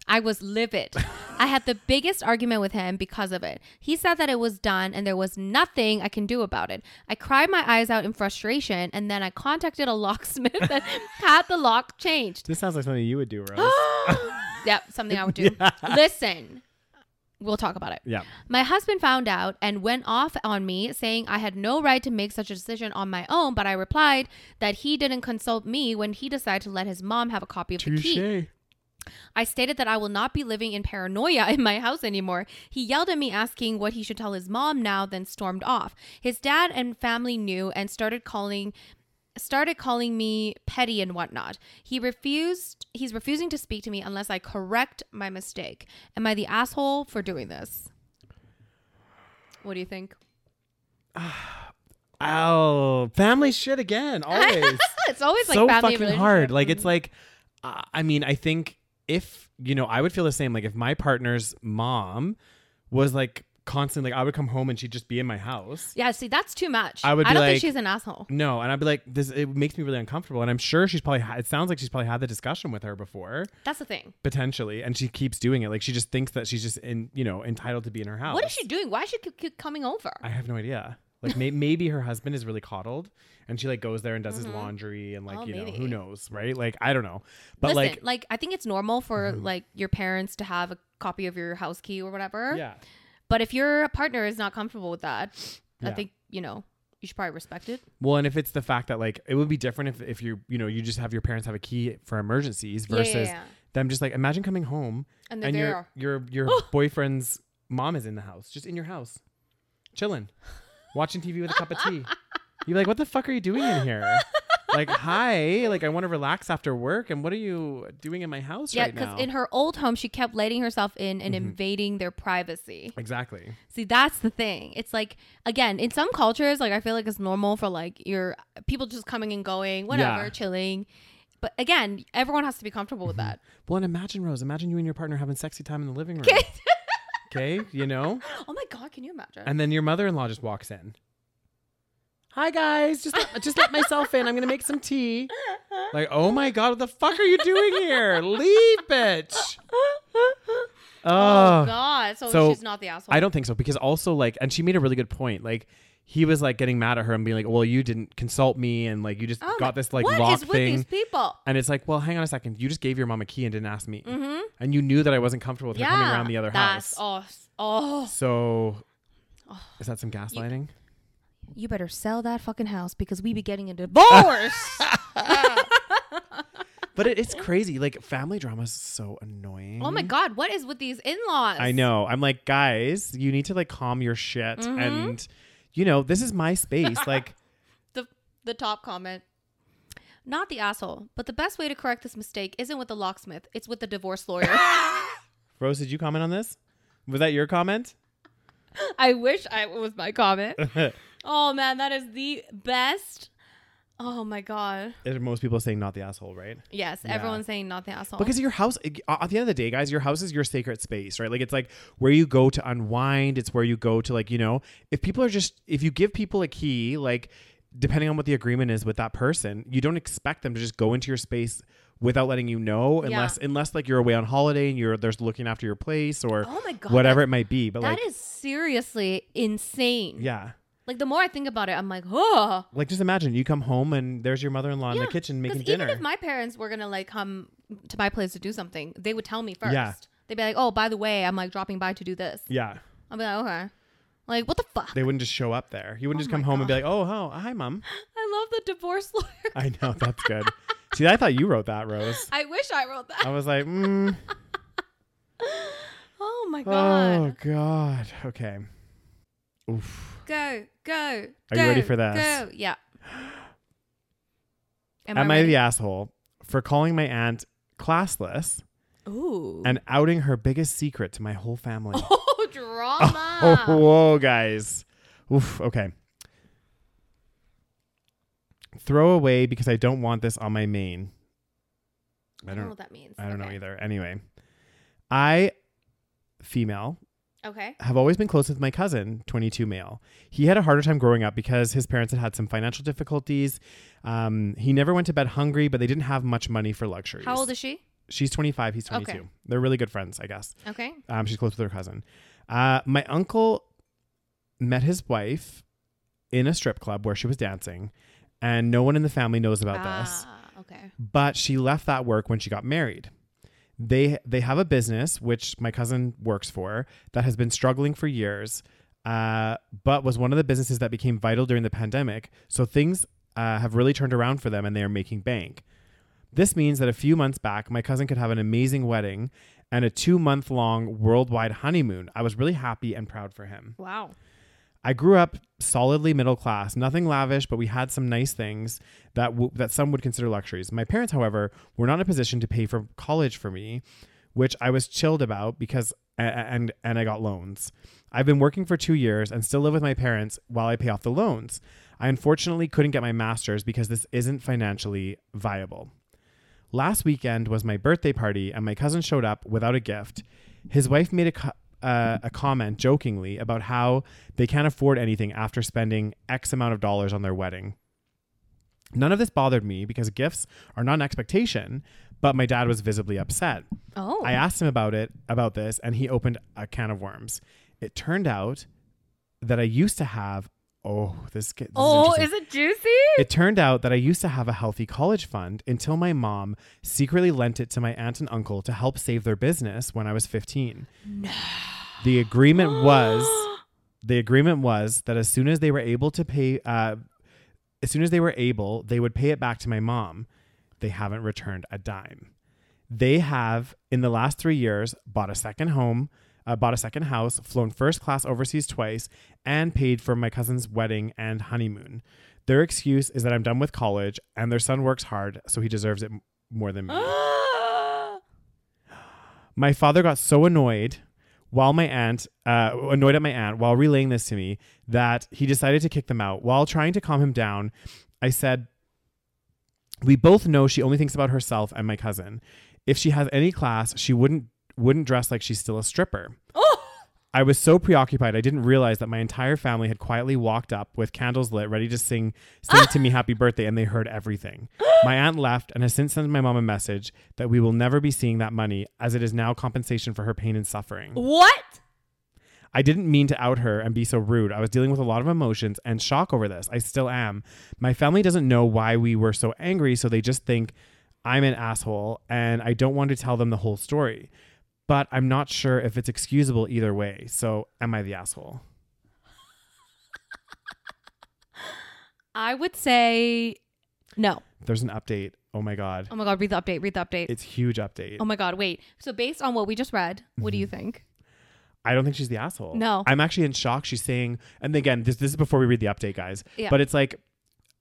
Speaker 2: I was livid. I had the biggest argument with him because of it. He said that it was done and there was nothing I can do about it. I cried my eyes out in frustration and then I contacted a locksmith and had the lock changed.
Speaker 3: This sounds like something you would do, Rose.
Speaker 2: Yep, something I would do. Listen, we'll talk about it.
Speaker 3: yeah.
Speaker 2: My husband found out and went off on me, saying I had no right to make such a decision on my own, but I replied that he didn't consult me when he decided to let his mom have a copy of the key.
Speaker 3: Touche.
Speaker 2: I stated that I will not be living in paranoia in my house anymore. He yelled at me, asking what he should tell his mom now, then stormed off. His dad and family knew and started calling started calling me petty and whatnot. He refused he's refusing to speak to me unless I correct my mistake. Am I the asshole for doing this? What do you think?
Speaker 3: Oh, family shit again. Always.
Speaker 2: It's always like
Speaker 3: so
Speaker 2: family
Speaker 3: fucking
Speaker 2: relationship. Mm-hmm.
Speaker 3: hard. Like it's like, uh, I mean, I think if you know, I would feel the same. Like if my partner's mom was like constantly, like I would come home and she'd just be in my house.
Speaker 2: Yeah, see that's too much.
Speaker 3: I would
Speaker 2: I
Speaker 3: be
Speaker 2: don't think
Speaker 3: like-
Speaker 2: she's an asshole.
Speaker 3: No, and I'd be like, this. It makes me really uncomfortable, and I'm sure she's probably. Ha- it sounds like she's probably had the discussion with her before,
Speaker 2: That's the thing.
Speaker 3: potentially, and she keeps doing it. Like she just thinks that she's just in, you know, entitled to be in her house.
Speaker 2: What is she doing? Why is she keep, keep coming over?
Speaker 3: I have no idea. Like may- maybe her husband is really coddled, and she like goes there and does his laundry, and like
Speaker 2: Oh,
Speaker 3: you know,
Speaker 2: maybe.
Speaker 3: who knows, right? Like I don't know, but
Speaker 2: Listen,
Speaker 3: like, Mm-hmm.
Speaker 2: like, I think it's normal for like your parents to have a copy of your house key or whatever.
Speaker 3: yeah.
Speaker 2: But if your partner is not comfortable with that, I
Speaker 3: Yeah.
Speaker 2: think you know you should probably respect it.
Speaker 3: Well, and if it's the fact that like it would be different if if you you know you just have your parents have a key for emergencies
Speaker 2: Yeah, yeah,
Speaker 3: versus
Speaker 2: yeah.
Speaker 3: them just like imagine coming home
Speaker 2: And
Speaker 3: and,
Speaker 2: they're
Speaker 3: your your your boyfriend's mom is in the house, just in your house, chilling, watching TV with a cup of tea. You're like, what the fuck are you doing in here? like, hi, like I want to relax after work, and what are you doing in my house
Speaker 2: yeah,
Speaker 3: right
Speaker 2: because
Speaker 3: now? Mm-hmm.
Speaker 2: in her old home, she kept letting herself in and invading their privacy.
Speaker 3: exactly.
Speaker 2: See, that's the thing. It's like again, in some cultures, like I feel like it's normal for like your people just coming and going, whatever,
Speaker 3: Yeah. Mm-hmm.
Speaker 2: chilling. But again, everyone has to be comfortable with that.
Speaker 3: Well, and imagine Rose, imagine you and your partner having sexy time in the living room. Okay, you know.
Speaker 2: Oh my god, can you imagine?
Speaker 3: And then your mother-in-law just walks in. Hi guys, just let, just let myself in. I'm gonna make some tea. Like, oh my god, what the fuck are you doing here? Leave, bitch.
Speaker 2: Oh,
Speaker 3: Oh,
Speaker 2: God! So,
Speaker 3: So,
Speaker 2: she's not the asshole.
Speaker 3: I don't think so because also like, and she made a really good point. Like, he was like getting mad at her and being like, "Well, you didn't consult me, and like you just
Speaker 2: Oh my-
Speaker 3: got this like
Speaker 2: what
Speaker 3: lock
Speaker 2: is with
Speaker 3: thing."
Speaker 2: these people?
Speaker 3: and it's like, well, hang on a second. You just gave your mom a key and didn't ask me, and you knew that I wasn't comfortable with her coming around the other house.
Speaker 2: Mm-hmm. that's, Oh, oh,
Speaker 3: So, is that some gaslighting?
Speaker 2: you better sell that fucking house because we be getting a divorce.
Speaker 3: But it, it's crazy. Like family drama is so annoying.
Speaker 2: oh my god, what is with these in-laws?
Speaker 3: Mm-hmm. I know. I'm like, guys, you need to like calm your shit,
Speaker 2: Mm-hmm.
Speaker 3: and you know, this is my space. like,
Speaker 2: The the top comment. Not the asshole, but the best way to correct this mistake isn't with the locksmith. It's with the divorce lawyer.
Speaker 3: Rose, did you comment on this? Was that your comment?
Speaker 2: I wish I it was my comment. oh man, that is the best. Oh my god.
Speaker 3: Is- Most people are saying not the asshole, right?
Speaker 2: Yes, everyone's saying not the asshole.
Speaker 3: Because your house, at the end of the day, guys, your house is your sacred space, right? Like it's like where you go to unwind. It's where you go to like you know, if people are just if you give people a key, like depending on what the agreement is with that person, you don't expect them to just go into your space without letting you know,
Speaker 2: Yeah.
Speaker 3: unless unless like you're away on holiday and you're there's looking after your place or
Speaker 2: Oh my God,
Speaker 3: whatever
Speaker 2: that-
Speaker 3: it might be. But
Speaker 2: that
Speaker 3: like,
Speaker 2: is seriously insane.
Speaker 3: yeah.
Speaker 2: Like the more I think about it, I'm like, oh.
Speaker 3: Like just imagine you come home and there's your mother-in-law in the kitchen making
Speaker 2: 'cause
Speaker 3: dinner.
Speaker 2: Even if my parents were gonna like come to my place to do something, they would tell me first.
Speaker 3: Yeah.
Speaker 2: They'd be like, "Oh, by the way, I'm like dropping by to do this."
Speaker 3: yeah,
Speaker 2: I'll be like, "Okay." Like, what the fuck?
Speaker 3: they wouldn't just show up there. You wouldn't just
Speaker 2: my
Speaker 3: come home and be like, "Oh, oh hi, mom."
Speaker 2: I love the divorce lawyer.
Speaker 3: I know that's good. See, I thought you wrote that, Rose.
Speaker 2: I wish I wrote that.
Speaker 3: I was like, mm,
Speaker 2: Oh my god.
Speaker 3: oh god, okay.
Speaker 2: Go, go.
Speaker 3: Are you
Speaker 2: go,
Speaker 3: ready for this?
Speaker 2: Go. Yeah. Am,
Speaker 3: Am I
Speaker 2: ready?
Speaker 3: the asshole for calling my aunt classless
Speaker 2: Ooh.
Speaker 3: and outing her biggest secret to my whole family?
Speaker 2: oh, drama.
Speaker 3: Oh, whoa, guys. Oof, okay. Throw away because I don't want this on my main. I
Speaker 2: I don't know
Speaker 3: don't
Speaker 2: what that means.
Speaker 3: I don't know
Speaker 2: Oh, Okay.
Speaker 3: either. Anyway. I female
Speaker 2: Okay.
Speaker 3: have always been close with my cousin, 22 male. He had a harder time growing up because his parents had had some financial difficulties. Um, he never went to bed hungry, but they didn't have much money for luxuries.
Speaker 2: How old is she?
Speaker 3: She's 25, he's 22.
Speaker 2: Okay.
Speaker 3: They're really good friends, I guess.
Speaker 2: Okay.
Speaker 3: Um, she's close with her cousin. Uh, my uncle met his wife in a strip club where she was dancing, and no one in the family knows about this.
Speaker 2: Ah, okay.
Speaker 3: But she left that work when she got married. They they have a business which my cousin works for that has been struggling for years, uh, but was one of the businesses that became vital during the pandemic. So things uh, have really turned around for them, and they are making bank. This means that a few months back, my cousin could have an amazing wedding and a two month long worldwide honeymoon. I was really happy and proud for him.
Speaker 2: Wow.
Speaker 3: I grew up solidly middle class, nothing lavish, but we had some nice things that, w- that some would consider luxuries. My parents, however, were not in a position to pay for college for me, which I was chilled about because a- a- and and I got loans. I've been working for 2 years and still live with my parents while I pay off the loans. I unfortunately couldn't get my masters because this isn't financially viable. Last weekend was my birthday party, and my cousin showed up without a gift. His wife made a, co- uh, a comment jokingly about how they can't afford anything after spending X amount of dollars on their wedding. None of this bothered me because gifts are not an expectation, but my dad was visibly upset.
Speaker 2: Oh.
Speaker 3: I asked him about it, about this, and he opened a can of worms. It turned out that I used to have. Oh, this, ge- this
Speaker 2: oh,
Speaker 3: interesting.
Speaker 2: is it juicy?
Speaker 3: It turned out that I used to have a healthy college fund until my mom secretly lent it to my aunt and uncle to help save their business when I was 15. The agreement was the agreement was that as soon as they were able to pay uh, as soon as they were able, they would pay it back to my mom. They haven't returned a dime. They have in the last 3 years bought a second home, uh, bought a second house, flown first class overseas twice, and paid for my cousin's wedding and honeymoon. Their excuse is that I'm done with college and their son works hard, so he deserves it m- more than
Speaker 2: Oh,
Speaker 3: me. my father got so annoyed while my aunt uh, annoyed at my aunt while relaying this to me that he decided to kick them out while trying to calm him down i said we both know she only thinks about herself and my cousin if she has any class she wouldn't wouldn't dress like she's still a stripper I was so preoccupied I didn't realize that my entire family had quietly walked up with candles lit, ready to sing sing to me happy birthday, and they heard everything. My aunt left and has since sent my mom a message that we will never be seeing that money as it is now compensation for her pain and suffering.
Speaker 2: what?
Speaker 3: I didn't mean to out her and be so rude. I was dealing with a lot of emotions and shock over this. I still am. My family doesn't know why we were so angry, so they just think I'm an asshole and I don't want to tell them the whole story. But I'm not sure if it's excusable either way. So, am I the asshole?
Speaker 2: I would say no.
Speaker 3: There's an update. Oh my god.
Speaker 2: Oh my god, read the update, read the update.
Speaker 3: It's huge update.
Speaker 2: oh my god, wait. So based on what we just read, what do you
Speaker 3: Mm-hmm.
Speaker 2: think?
Speaker 3: I don't think she's the asshole.
Speaker 2: No.
Speaker 3: I'm actually in shock. She's saying and again, this this is before we read the update, guys.
Speaker 2: Yeah.
Speaker 3: But it's like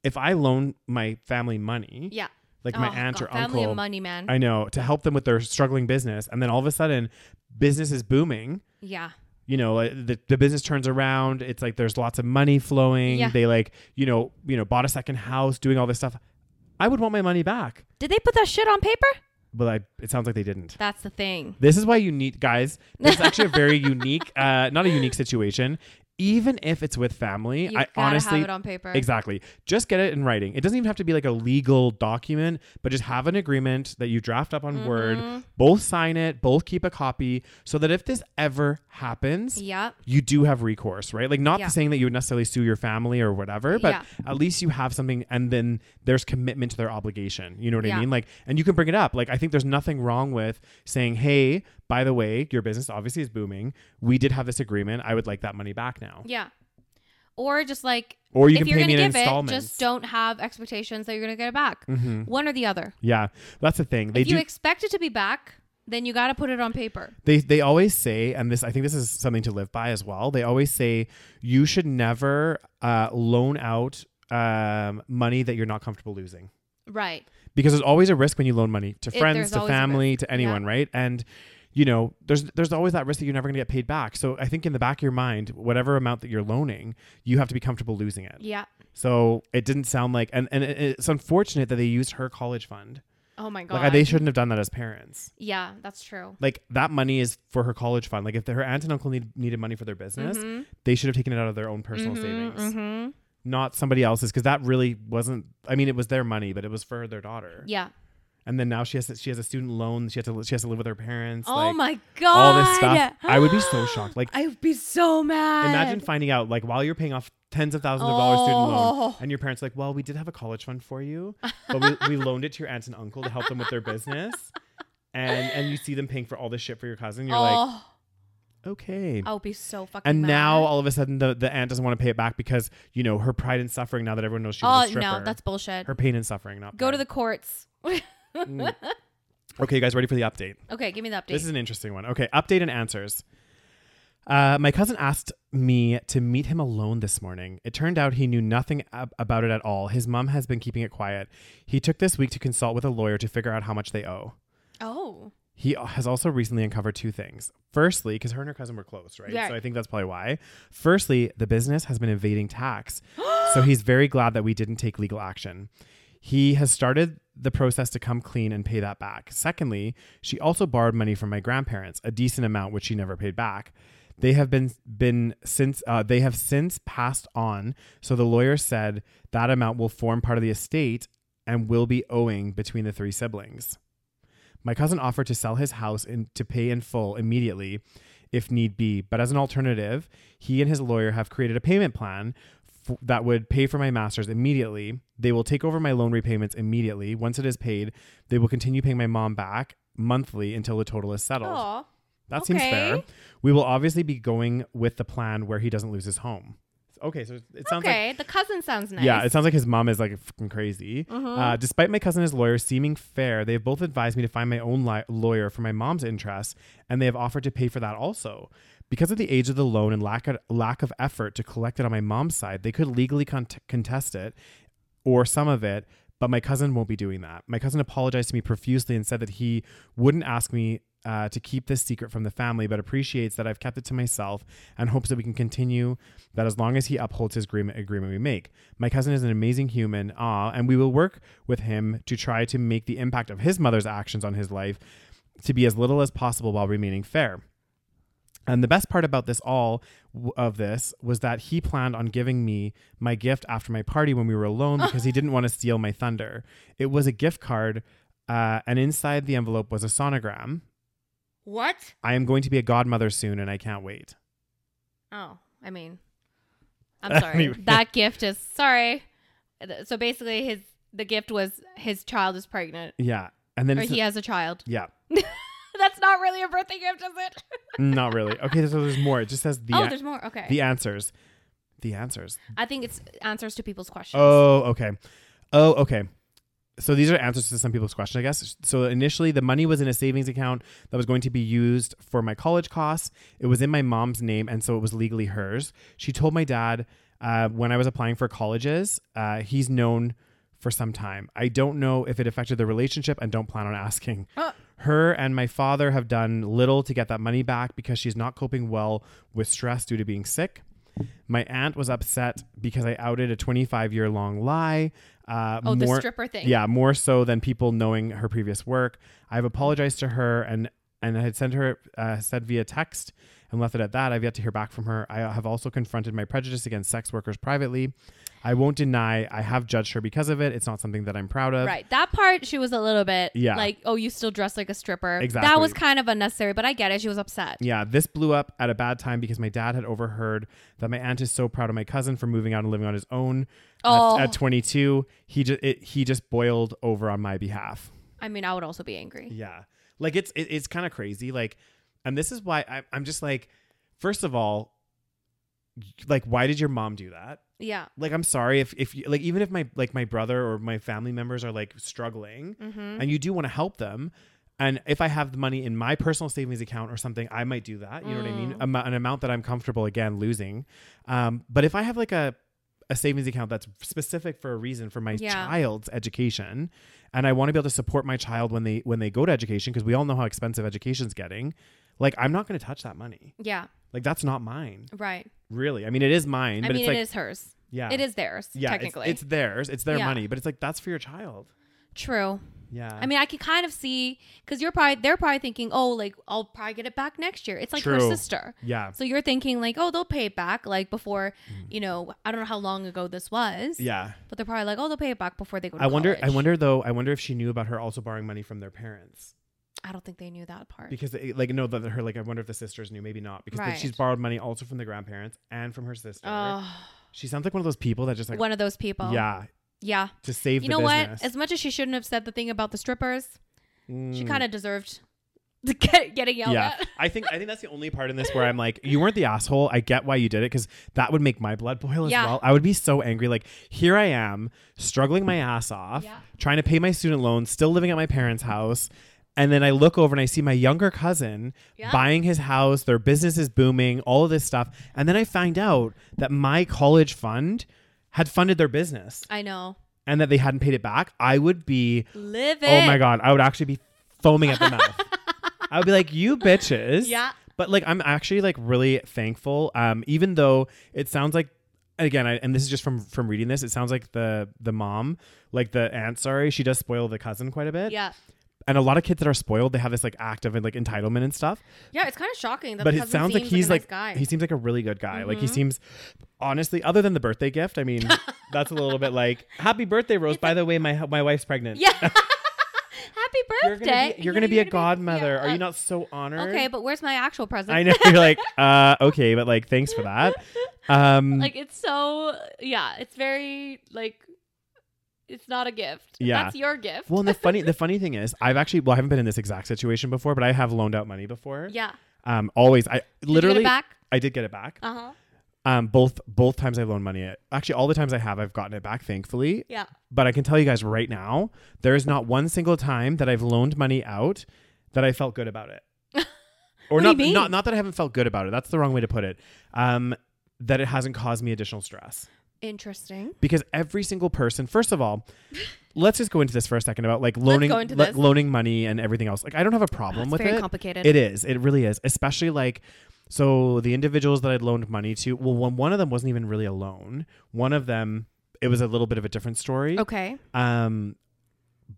Speaker 3: if I loan my family money,
Speaker 2: Yeah.
Speaker 3: like my
Speaker 2: Oh,
Speaker 3: aunt
Speaker 2: God,
Speaker 3: or
Speaker 2: family
Speaker 3: uncle,
Speaker 2: and money, man.
Speaker 3: I know, to help them with their struggling business and then all of a sudden business is booming.
Speaker 2: yeah.
Speaker 3: You know, uh, the, the business turns around. It's like there's lots of money flowing.
Speaker 2: Yeah.
Speaker 3: They like, you know, you know, bought a second house, doing all this stuff. I would want my money back.
Speaker 2: Did they put that shit on paper?
Speaker 3: But I, it sounds like they didn't.
Speaker 2: That's the thing.
Speaker 3: This is why you need guys. This is actually a very unique, uh, not a unique situation. Even if it's with family,
Speaker 2: You
Speaker 3: I
Speaker 2: gotta
Speaker 3: honestly
Speaker 2: have it on paper.
Speaker 3: exactly just get it in writing. It doesn't even have to be like a legal document, but just have an agreement that you draft up
Speaker 2: Mm-hmm.
Speaker 3: on Word. Both sign it, both keep a copy, so that if this ever happens,
Speaker 2: Yeah.
Speaker 3: you do have recourse, right? Like not
Speaker 2: Yeah.
Speaker 3: saying that you would necessarily sue your family or whatever, but
Speaker 2: Yeah.
Speaker 3: at least you have something and then there's commitment to their obligation. You know what
Speaker 2: Yeah.
Speaker 3: I mean? Like and you can bring it up. Like I think there's nothing wrong with saying, "Hey, by the way, your business obviously is booming. We did have this agreement. I would like that money back now."
Speaker 2: Yeah. Or just like
Speaker 3: Or you
Speaker 2: if
Speaker 3: can
Speaker 2: you're
Speaker 3: pay me
Speaker 2: gonna
Speaker 3: in
Speaker 2: give it,
Speaker 3: installments. Mm-hmm.
Speaker 2: just don't have expectations that you're gonna get it back. One or the other.
Speaker 3: Yeah. That's the thing. They
Speaker 2: if you
Speaker 3: do
Speaker 2: expect it to be back, Then you got to put it on paper.
Speaker 3: they they always say and this i think this is something to live by as well they always say you should never uh, loan out um, money that you're not comfortable losing
Speaker 2: Right.
Speaker 3: because there's always a risk when you loan money to
Speaker 2: It-
Speaker 3: friends
Speaker 2: there's
Speaker 3: to
Speaker 2: always a
Speaker 3: family
Speaker 2: risk.
Speaker 3: to anyone right and you know there's there's always that risk that you're never going to get paid back so i think in the back of your mind whatever amount that you're loaning you have to be comfortable losing it
Speaker 2: Yeah.
Speaker 3: so it didn't sound like and, and it- it's unfortunate that they used her college fund
Speaker 2: Oh my god.
Speaker 3: like they shouldn't have done that as parents
Speaker 2: yeah, that's true.
Speaker 3: like that money is for her college fund. Like if her aunt and uncle need, needed money for their business,
Speaker 2: Mm-hmm.
Speaker 3: they should have taken it out of their own personal savings,
Speaker 2: hmm
Speaker 3: not somebody else's, because that really wasn't. I mean, it was their money, but it was for their daughter.
Speaker 2: Yeah.
Speaker 3: And then now she has to, she has a student loan. She has to she has to live with her parents.
Speaker 2: oh
Speaker 3: like,
Speaker 2: my
Speaker 3: All
Speaker 2: god.
Speaker 3: this stuff. I would be so shocked. Like
Speaker 2: I would be so mad.
Speaker 3: imagine finding out like while you're paying off tens of thousands of dollars student loan
Speaker 2: Oh.
Speaker 3: and your parents are like well we did have a college fund for you but we, we loaned it to your aunt and uncle to help them with their business and and you see them paying for all this shit for your cousin you're like
Speaker 2: oh,
Speaker 3: okay
Speaker 2: I would be so fucking.
Speaker 3: And
Speaker 2: mad.
Speaker 3: now all of a sudden the, the aunt doesn't want to pay it back because, you know, her pride and suffering now that everyone knows she was a
Speaker 2: oh
Speaker 3: stripper.
Speaker 2: no, that's bullshit.
Speaker 3: her pain and suffering, not
Speaker 2: Go to the
Speaker 3: pride.
Speaker 2: courts.
Speaker 3: Okay, you guys ready for the update?
Speaker 2: okay, give me the update.
Speaker 3: This is an interesting one. Okay, update and answers. Uh, my cousin asked me to meet him alone this morning. It turned out he knew nothing ab- about it at all. His mom has been keeping it quiet. He took this week to consult with a lawyer to figure out how much they owe.
Speaker 2: oh,
Speaker 3: He has also recently uncovered two things. Firstly, because her and her cousin were close, right?
Speaker 2: Yeah.
Speaker 3: So I think that's probably why. Firstly, the business has been evading tax. so he's very glad that we didn't take legal action. He has started the process to come clean and pay that back. Secondly, she also borrowed money from my grandparents, a decent amount which she never paid back. They have been been since uh, they have since passed on. So the lawyer said that amount will form part of the estate and will be owing between the three siblings. My cousin offered to sell his house and to pay in full immediately if need be, but as an alternative, he and his lawyer have created a payment plan f- that would pay for my master's immediately. They will take over my loan repayments immediately. Once it is paid, they will continue paying my mom back monthly until the total is settled.
Speaker 2: oh,
Speaker 3: That seems
Speaker 2: Okay.
Speaker 3: fair. We will obviously be going with the plan where he doesn't lose his home. Okay, so it sounds like
Speaker 2: okay. the cousin sounds nice.
Speaker 3: yeah, it sounds like his mom is like fucking crazy. Uh, despite my cousin and his lawyer seeming fair, they have both advised me to find my own li- lawyer for my mom's interests, and they have offered to pay for that also. Because of the age of the loan and lack of, lack of effort to collect it on my mom's side, they could legally cont- contest it or some of it, but my cousin won't be doing that. My cousin apologized to me profusely and said that he wouldn't ask me uh, to keep this secret from the family, but appreciates that I've kept it to myself and hopes that we can continue that as long as he upholds his agreement, agreement we make. My cousin is an amazing human, ah, and we will work with him to try to make the impact of his mother's actions on his life to be as little as possible while remaining fair. And the best part about this all w- of this was that he planned on giving me my gift after my party when we were alone because he didn't want to steal my thunder. It was a gift card, uh, and inside the envelope was a sonogram.
Speaker 2: What?
Speaker 3: I am going to be a godmother soon, and I can't wait.
Speaker 2: Oh, I mean, I'm sorry.
Speaker 3: Anyway.
Speaker 2: That gift is sorry. Th- So basically, his the gift was his child is pregnant,
Speaker 3: Yeah, and then
Speaker 2: or
Speaker 3: it's
Speaker 2: he has a child.
Speaker 3: yeah,
Speaker 2: That's not really a birthday gift, is it?
Speaker 3: not really. Okay, so there's more. It just says the
Speaker 2: oh,
Speaker 3: an-
Speaker 2: there's more. Okay,
Speaker 3: the answers, the answers.
Speaker 2: I think it's answers to people's questions.
Speaker 3: Oh, okay. Oh, okay. So these are answers to some people's questions, I guess. So initially, the money was in a savings account that was going to be used for my college costs. It was in my mom's name, and so it was legally hers. She told my dad uh, when I was applying for colleges, uh, he's known for some time. I don't know if it affected the relationship, and don't plan on asking. Her and my father have done little to get that money back because she's not coping well with stress due to being sick. My aunt was upset because I outed a 25 year long lie. Uh,
Speaker 2: Oh, the
Speaker 3: more-
Speaker 2: stripper thing.
Speaker 3: Yeah, more so than people knowing her previous work. I've apologized to her and and I had sent her uh, said via text and left it at that. I've yet to hear back from her. I have also confronted my prejudice against sex workers privately. I won't deny I have judged her because of it. It's not something that I'm proud of.
Speaker 2: Right. That part she was a little bit
Speaker 3: Yeah.
Speaker 2: like, oh, you still dress like a stripper.
Speaker 3: Exactly.
Speaker 2: That was kind of unnecessary, but I get it. She was upset.
Speaker 3: Yeah, this blew up at a bad time because my dad had overheard that my aunt is so proud of my cousin for moving out and living on his own.
Speaker 2: Oh.
Speaker 3: At, at 22, he just it, he just boiled over on my behalf.
Speaker 2: I mean, I would also be angry.
Speaker 3: Yeah. Like it's it, it's kind of crazy. Like, and this is why I, I'm just like, first of all, like, why did your mom do that?
Speaker 2: Yeah.
Speaker 3: Like, I'm sorry if if you, like even
Speaker 2: Mm-hmm.
Speaker 3: if my like my brother or my family members are like struggling, and you do want to help them. And if I have the money in my personal savings account or something, I might do that. You know what I
Speaker 2: Mm.
Speaker 3: mean? Amo- an amount that I'm comfortable again losing. Um, but if I have like a a savings account that's specific for a reason for my
Speaker 2: Yeah.
Speaker 3: child's education, and I want to be able to support my child when they when they go to education because we all know how expensive education's getting. Like I'm not going to touch that money.
Speaker 2: Yeah.
Speaker 3: Like that's not mine,
Speaker 2: Right.
Speaker 3: really. I mean, it is mine,
Speaker 2: I
Speaker 3: but
Speaker 2: mean,
Speaker 3: it's like
Speaker 2: it is hers.
Speaker 3: yeah,
Speaker 2: It is theirs,
Speaker 3: yeah, it's-
Speaker 2: technically.
Speaker 3: it's, theirs, it's their
Speaker 2: Yeah.
Speaker 3: money, but it's like that's for your child.
Speaker 2: True.
Speaker 3: Yeah,
Speaker 2: I mean, I can kind of see because you're probably they're probably thinking, oh, like I'll probably get it back next year. It's like her
Speaker 3: True.
Speaker 2: sister.
Speaker 3: yeah,
Speaker 2: So you're thinking like, oh, they'll pay it back like before, you know, I don't know how long ago this was.
Speaker 3: Mm. yeah.
Speaker 2: But they're probably like, oh, they'll pay it back before they go. To
Speaker 3: I wonder. I
Speaker 2: college.
Speaker 3: wonder though. I wonder if she knew about her also borrowing money from their parents
Speaker 2: I don't think they knew that part.
Speaker 3: because, it, like, no, that her like. I wonder if the sisters knew. Maybe not because
Speaker 2: Right.
Speaker 3: she's borrowed money also from the grandparents and from her sister.
Speaker 2: Oh,
Speaker 3: she sounds like one of those people that just like
Speaker 2: one of those people.
Speaker 3: yeah
Speaker 2: Yeah.
Speaker 3: to save.
Speaker 2: You
Speaker 3: the
Speaker 2: know
Speaker 3: business.
Speaker 2: what? As much as she shouldn't have said the thing about the strippers, she
Speaker 3: Mm.
Speaker 2: kind of deserved to get, getting yelled
Speaker 3: yeah,
Speaker 2: at.
Speaker 3: I think I think that's the only part in this where I'm like, you weren't the asshole. I get why you did it because that would make my blood boil as
Speaker 2: Yeah.
Speaker 3: well. I would be so angry. Like here I am struggling my ass off,
Speaker 2: Yeah.
Speaker 3: trying to pay my student loan, still living at my parents' house, and then I look over and I see my younger cousin
Speaker 2: Yeah.
Speaker 3: buying his house. Their business is booming, all of this stuff, and then I find out that my college fund had funded their business
Speaker 2: I know.
Speaker 3: and that they hadn't paid it back. I would be
Speaker 2: Live it.
Speaker 3: Oh my god, I would actually be foaming at the mouth. I would be like, "You bitches."
Speaker 2: Yeah.
Speaker 3: But like, I'm actually like really thankful. Um, even though it sounds like, again, I, and this is just from from reading this, it sounds like the the mom, like the aunt, sorry, she does spoil the cousin quite a bit.
Speaker 2: Yeah.
Speaker 3: And a lot of kids that are spoiled, they have this like act of like entitlement and stuff.
Speaker 2: Yeah, it's kind of shocking that
Speaker 3: but
Speaker 2: the
Speaker 3: it
Speaker 2: cousin
Speaker 3: sounds like
Speaker 2: seems
Speaker 3: he's
Speaker 2: like,
Speaker 3: like
Speaker 2: a nice guy. Mm-hmm.
Speaker 3: he seems like a really good guy. Like he seems, honestly, other than the birthday gift, I mean, that's a little bit like happy birthday, Rose. By the way, my my wife's pregnant.
Speaker 2: Yeah. Happy
Speaker 3: You're
Speaker 2: birthday.
Speaker 3: gonna be, you're
Speaker 2: Yeah,
Speaker 3: gonna be a
Speaker 2: gonna be-
Speaker 3: godmother.
Speaker 2: yeah,
Speaker 3: Are
Speaker 2: uh,
Speaker 3: you not so honored?
Speaker 2: Okay, but where's my actual present?
Speaker 3: I know you're like, uh, okay, but like, thanks for that. Um,
Speaker 2: like it's so yeah, it's very like it's not a gift.
Speaker 3: Yeah.
Speaker 2: That's your gift.
Speaker 3: well, and the funny, the funny thing is, I've actually, well, I haven't been in this exact situation before, but I have loaned out money before.
Speaker 2: yeah.
Speaker 3: Um, always, I literally,
Speaker 2: Did you get it back?
Speaker 3: I did get it back.
Speaker 2: Uh-huh.
Speaker 3: Um, both, both times I've loaned money. Actually, all the times I have, I've gotten it back, thankfully.
Speaker 2: Yeah.
Speaker 3: But I can tell you guys right now, there is not one single time that I've loaned money out that I felt good about it. Or
Speaker 2: What do you
Speaker 3: not,
Speaker 2: mean?
Speaker 3: not not that I haven't felt good about it. That's the wrong way to put it. Um, that it hasn't caused me additional stress
Speaker 2: Interesting.
Speaker 3: because every single person. First of all, let's just go into this for a second about like loaning
Speaker 2: go into
Speaker 3: lo-
Speaker 2: this. Ah,
Speaker 3: loaning money and everything else. Like I don't have a problem
Speaker 2: It's
Speaker 3: with
Speaker 2: very
Speaker 3: it.
Speaker 2: complicated.
Speaker 3: It is. It really is. Especially like so the individuals that I'd loaned money to. Well, one one of them wasn't even really a loan. One of them, it was a little bit of a different story.
Speaker 2: Okay.
Speaker 3: Um,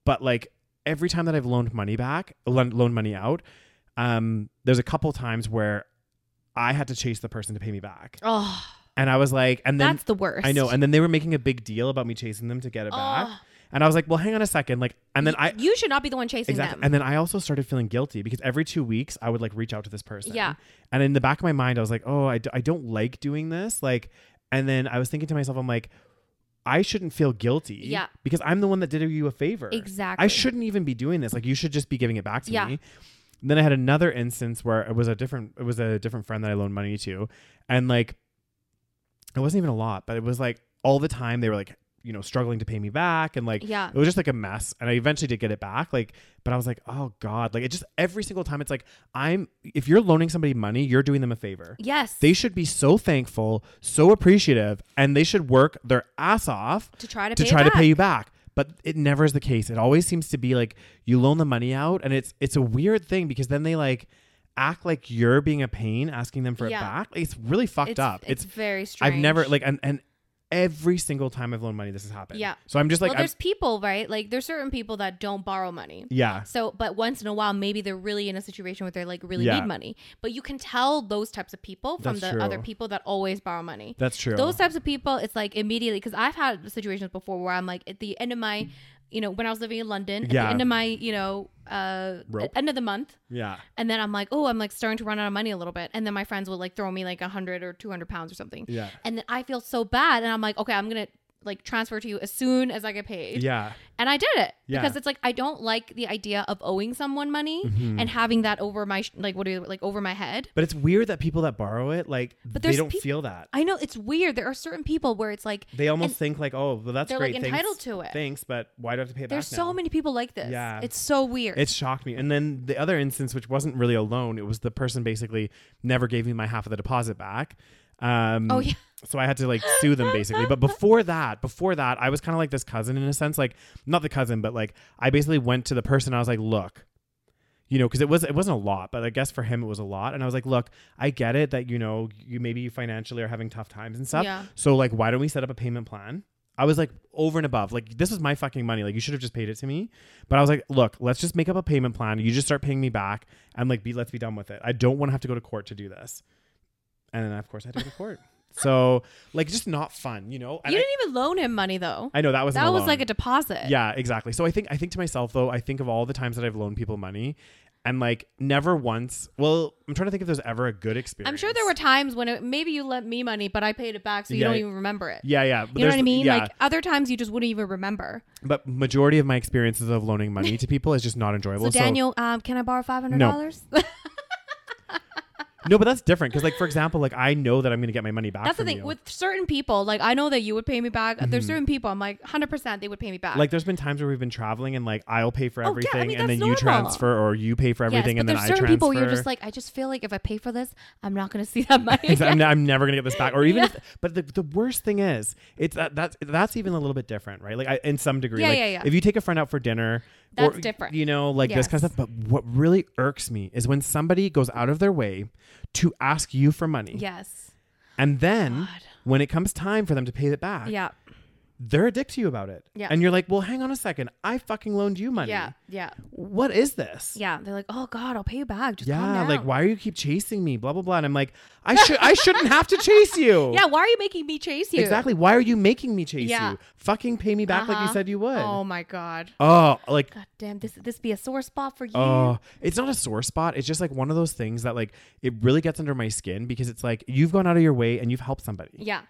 Speaker 3: but like every time that I've loaned money back, loan, loaned money out, um, there's a couple times where I had to chase the person to pay me back,
Speaker 2: Oh,
Speaker 3: and I was like, and then
Speaker 2: that's the worst.
Speaker 3: I know, and then they were making a big deal about me chasing them to get it back,
Speaker 2: Oh.
Speaker 3: and I was like, well, hang on a second, like, and then I.
Speaker 2: you should not be the one chasing
Speaker 3: Exactly.
Speaker 2: them.
Speaker 3: And then I also started feeling guilty because every two weeks I would like reach out to this person.
Speaker 2: Yeah.
Speaker 3: And in the back of my mind, I was like, oh, I, d- I don't like doing this. Like, and then I was thinking to myself, I'm like, I shouldn't feel guilty.
Speaker 2: Yeah.
Speaker 3: Because I'm the one that did you a favor.
Speaker 2: Exactly.
Speaker 3: I shouldn't even be doing this. Like, you should just be giving it back to
Speaker 2: Yeah.
Speaker 3: me. And then I had another instance where it was a different, it was a different friend that I loaned money to. And like, it wasn't even a lot, but it was like all the time they were like, you know, struggling to pay me back and like
Speaker 2: Yeah.
Speaker 3: it was just like a mess. And I eventually did get it back. Like, but I was like, oh God. Like it just every single time it's like, I'm if you're loaning somebody money, you're doing them a favor.
Speaker 2: yes.
Speaker 3: They should be so thankful, so appreciative, and they should work their ass off
Speaker 2: to try to
Speaker 3: to
Speaker 2: pay
Speaker 3: try
Speaker 2: it
Speaker 3: to pay
Speaker 2: back.
Speaker 3: you back. But it never is the case. It always seems to be like you loan the money out and it's it's a weird thing because then they like act like you're being a pain asking them for
Speaker 2: Yeah.
Speaker 3: it back. Like, It's really fucked
Speaker 2: It's,
Speaker 3: up.
Speaker 2: It's,
Speaker 3: It's
Speaker 2: very strange.
Speaker 3: I've never like and and every single time I've loaned money, this has happened.
Speaker 2: Yeah.
Speaker 3: So I'm just like,
Speaker 2: well,
Speaker 3: I'm-
Speaker 2: there's people, right? Like there's certain people that don't borrow money.
Speaker 3: yeah,
Speaker 2: So, but once in a while, maybe they're really in a situation where they're like really
Speaker 3: Yeah.
Speaker 2: need money. But you can tell those types of people from
Speaker 3: That's
Speaker 2: the
Speaker 3: true.
Speaker 2: other people that always borrow money.
Speaker 3: that's true.
Speaker 2: Those types of people, it's like immediately because I've had situations before where I'm like at the end of my, you know, when I was living in London, at
Speaker 3: Yeah.
Speaker 2: the end of my, you know, uh,
Speaker 3: Rope.
Speaker 2: end of the month.
Speaker 3: yeah,
Speaker 2: And then I'm like, oh, I'm like starting to run out of money a little bit. And then my friends will like throw me like a hundred or two hundred pounds or something.
Speaker 3: yeah,
Speaker 2: And then I feel so bad, and I'm like, okay, I'm gonna like transfer to you as soon as I get paid.
Speaker 3: Yeah.
Speaker 2: And I did it
Speaker 3: Yeah.
Speaker 2: because it's like I don't like the idea of owing someone money
Speaker 3: Mm-hmm.
Speaker 2: and having that over my sh- like what do you like over my head.
Speaker 3: But it's weird that people that borrow it, like, they
Speaker 2: there's
Speaker 3: don't
Speaker 2: peop-
Speaker 3: feel that.
Speaker 2: I know it's weird. There are certain people where it's like
Speaker 3: They almost think like, oh, well, that's
Speaker 2: they're,
Speaker 3: great.
Speaker 2: like,
Speaker 3: thanks-
Speaker 2: entitled to it.
Speaker 3: Thanks, but why do I have to pay it
Speaker 2: there's
Speaker 3: back
Speaker 2: so
Speaker 3: now?
Speaker 2: many people like this.
Speaker 3: Yeah.
Speaker 2: It's so weird.
Speaker 3: It shocked me. And then the other instance, which wasn't really a loan, it was the person basically never gave me my half of the deposit back. Um,
Speaker 2: Oh, yeah.
Speaker 3: So I had to like sue them basically. But before that, before that, I was kind of like this cousin in a sense, like not the cousin, but like I basically went to the person. I was like, look, you know, because it was it wasn't a lot, but I guess for him it was a lot. And I was like, look, I get it that you know you maybe you financially are having tough times and stuff.
Speaker 2: Yeah.
Speaker 3: So like, why don't we set up a payment plan? I was like over and above. Like this was my fucking money. Like you should have just paid it to me. But I was like, look, let's just make up a payment plan. You just start paying me back and like be let's be done with it. I don't want to have to go to court to do this. And then of course I had to go to court. So like just not fun, you know? And
Speaker 2: you
Speaker 3: I,
Speaker 2: didn't even loan him money though.
Speaker 3: I know that was
Speaker 2: that was like a deposit.
Speaker 3: yeah, exactly. So I think I think to myself though, I think of all the times that I've loaned people money and like never once well, I'm trying to think if there's ever a good experience.
Speaker 2: I'm sure there were times when it, maybe you lent me money, but I paid it back, so you
Speaker 3: Yeah.
Speaker 2: don't even remember it.
Speaker 3: Yeah, yeah. but
Speaker 2: You know
Speaker 3: there's-
Speaker 2: what I mean?
Speaker 3: Yeah.
Speaker 2: Like other times you just wouldn't even remember.
Speaker 3: but majority of my experiences of loaning money to people is just not enjoyable.
Speaker 2: so Daniel, um, can I borrow five hundred dollars?
Speaker 3: no, but that's different because, like, for example, like I know that I'm going to get my money back.
Speaker 2: That's the
Speaker 3: from
Speaker 2: thing
Speaker 3: you. Mm-hmm.
Speaker 2: with certain people. Like I know that you would pay me back. There's certain people I'm like 100 percent they would pay me back.
Speaker 3: like, there's been times where we've been traveling and like I'll pay for
Speaker 2: Oh, yeah, I
Speaker 3: everything
Speaker 2: mean,
Speaker 3: and
Speaker 2: that's
Speaker 3: then you
Speaker 2: normal.
Speaker 3: transfer or you pay for
Speaker 2: yes,
Speaker 3: everything
Speaker 2: but
Speaker 3: and then
Speaker 2: there's
Speaker 3: I
Speaker 2: certain
Speaker 3: transfer.
Speaker 2: people you're just like I just feel like if I pay for this, I'm not gonna see that money.
Speaker 3: Because I'm,
Speaker 2: again.
Speaker 3: I'm never gonna get this back, or even. If, but the, the worst thing is, it's that that's that's even a little bit different, right? Like I, in some degree,
Speaker 2: Yeah,
Speaker 3: like,
Speaker 2: yeah, yeah.
Speaker 3: If you take a friend out for dinner,
Speaker 2: That's different.
Speaker 3: You know, like this kind of
Speaker 2: Yes.
Speaker 3: stuff. But what really irks me is when somebody goes out of their way to ask you for money,
Speaker 2: yes.
Speaker 3: and then
Speaker 2: God.
Speaker 3: when it comes time for them to pay it back,
Speaker 2: Yeah.
Speaker 3: they're a dick to you about it.
Speaker 2: Yeah.
Speaker 3: And you're like, well, hang on a second. I fucking loaned you money.
Speaker 2: Yeah. Yeah.
Speaker 3: What is this?
Speaker 2: Yeah. They're like, oh God, I'll pay you back. Just calm
Speaker 3: Yeah,
Speaker 2: down.
Speaker 3: like why do you keep chasing me? Blah blah blah. And I'm like, I should I shouldn't have to chase you.
Speaker 2: Yeah. Why are you making me chase you?
Speaker 3: Exactly. Why are you making me chase
Speaker 2: Yeah.
Speaker 3: you? Fucking pay me back like you
Speaker 2: Uh-huh.
Speaker 3: said you would.
Speaker 2: Oh my God.
Speaker 3: Oh, like
Speaker 2: God damn. This this be a sore spot for you.
Speaker 3: oh, it's not a sore spot. It's just like one of those things that like it really gets under my skin because it's like you've gone out of your way and you've helped somebody.
Speaker 2: yeah.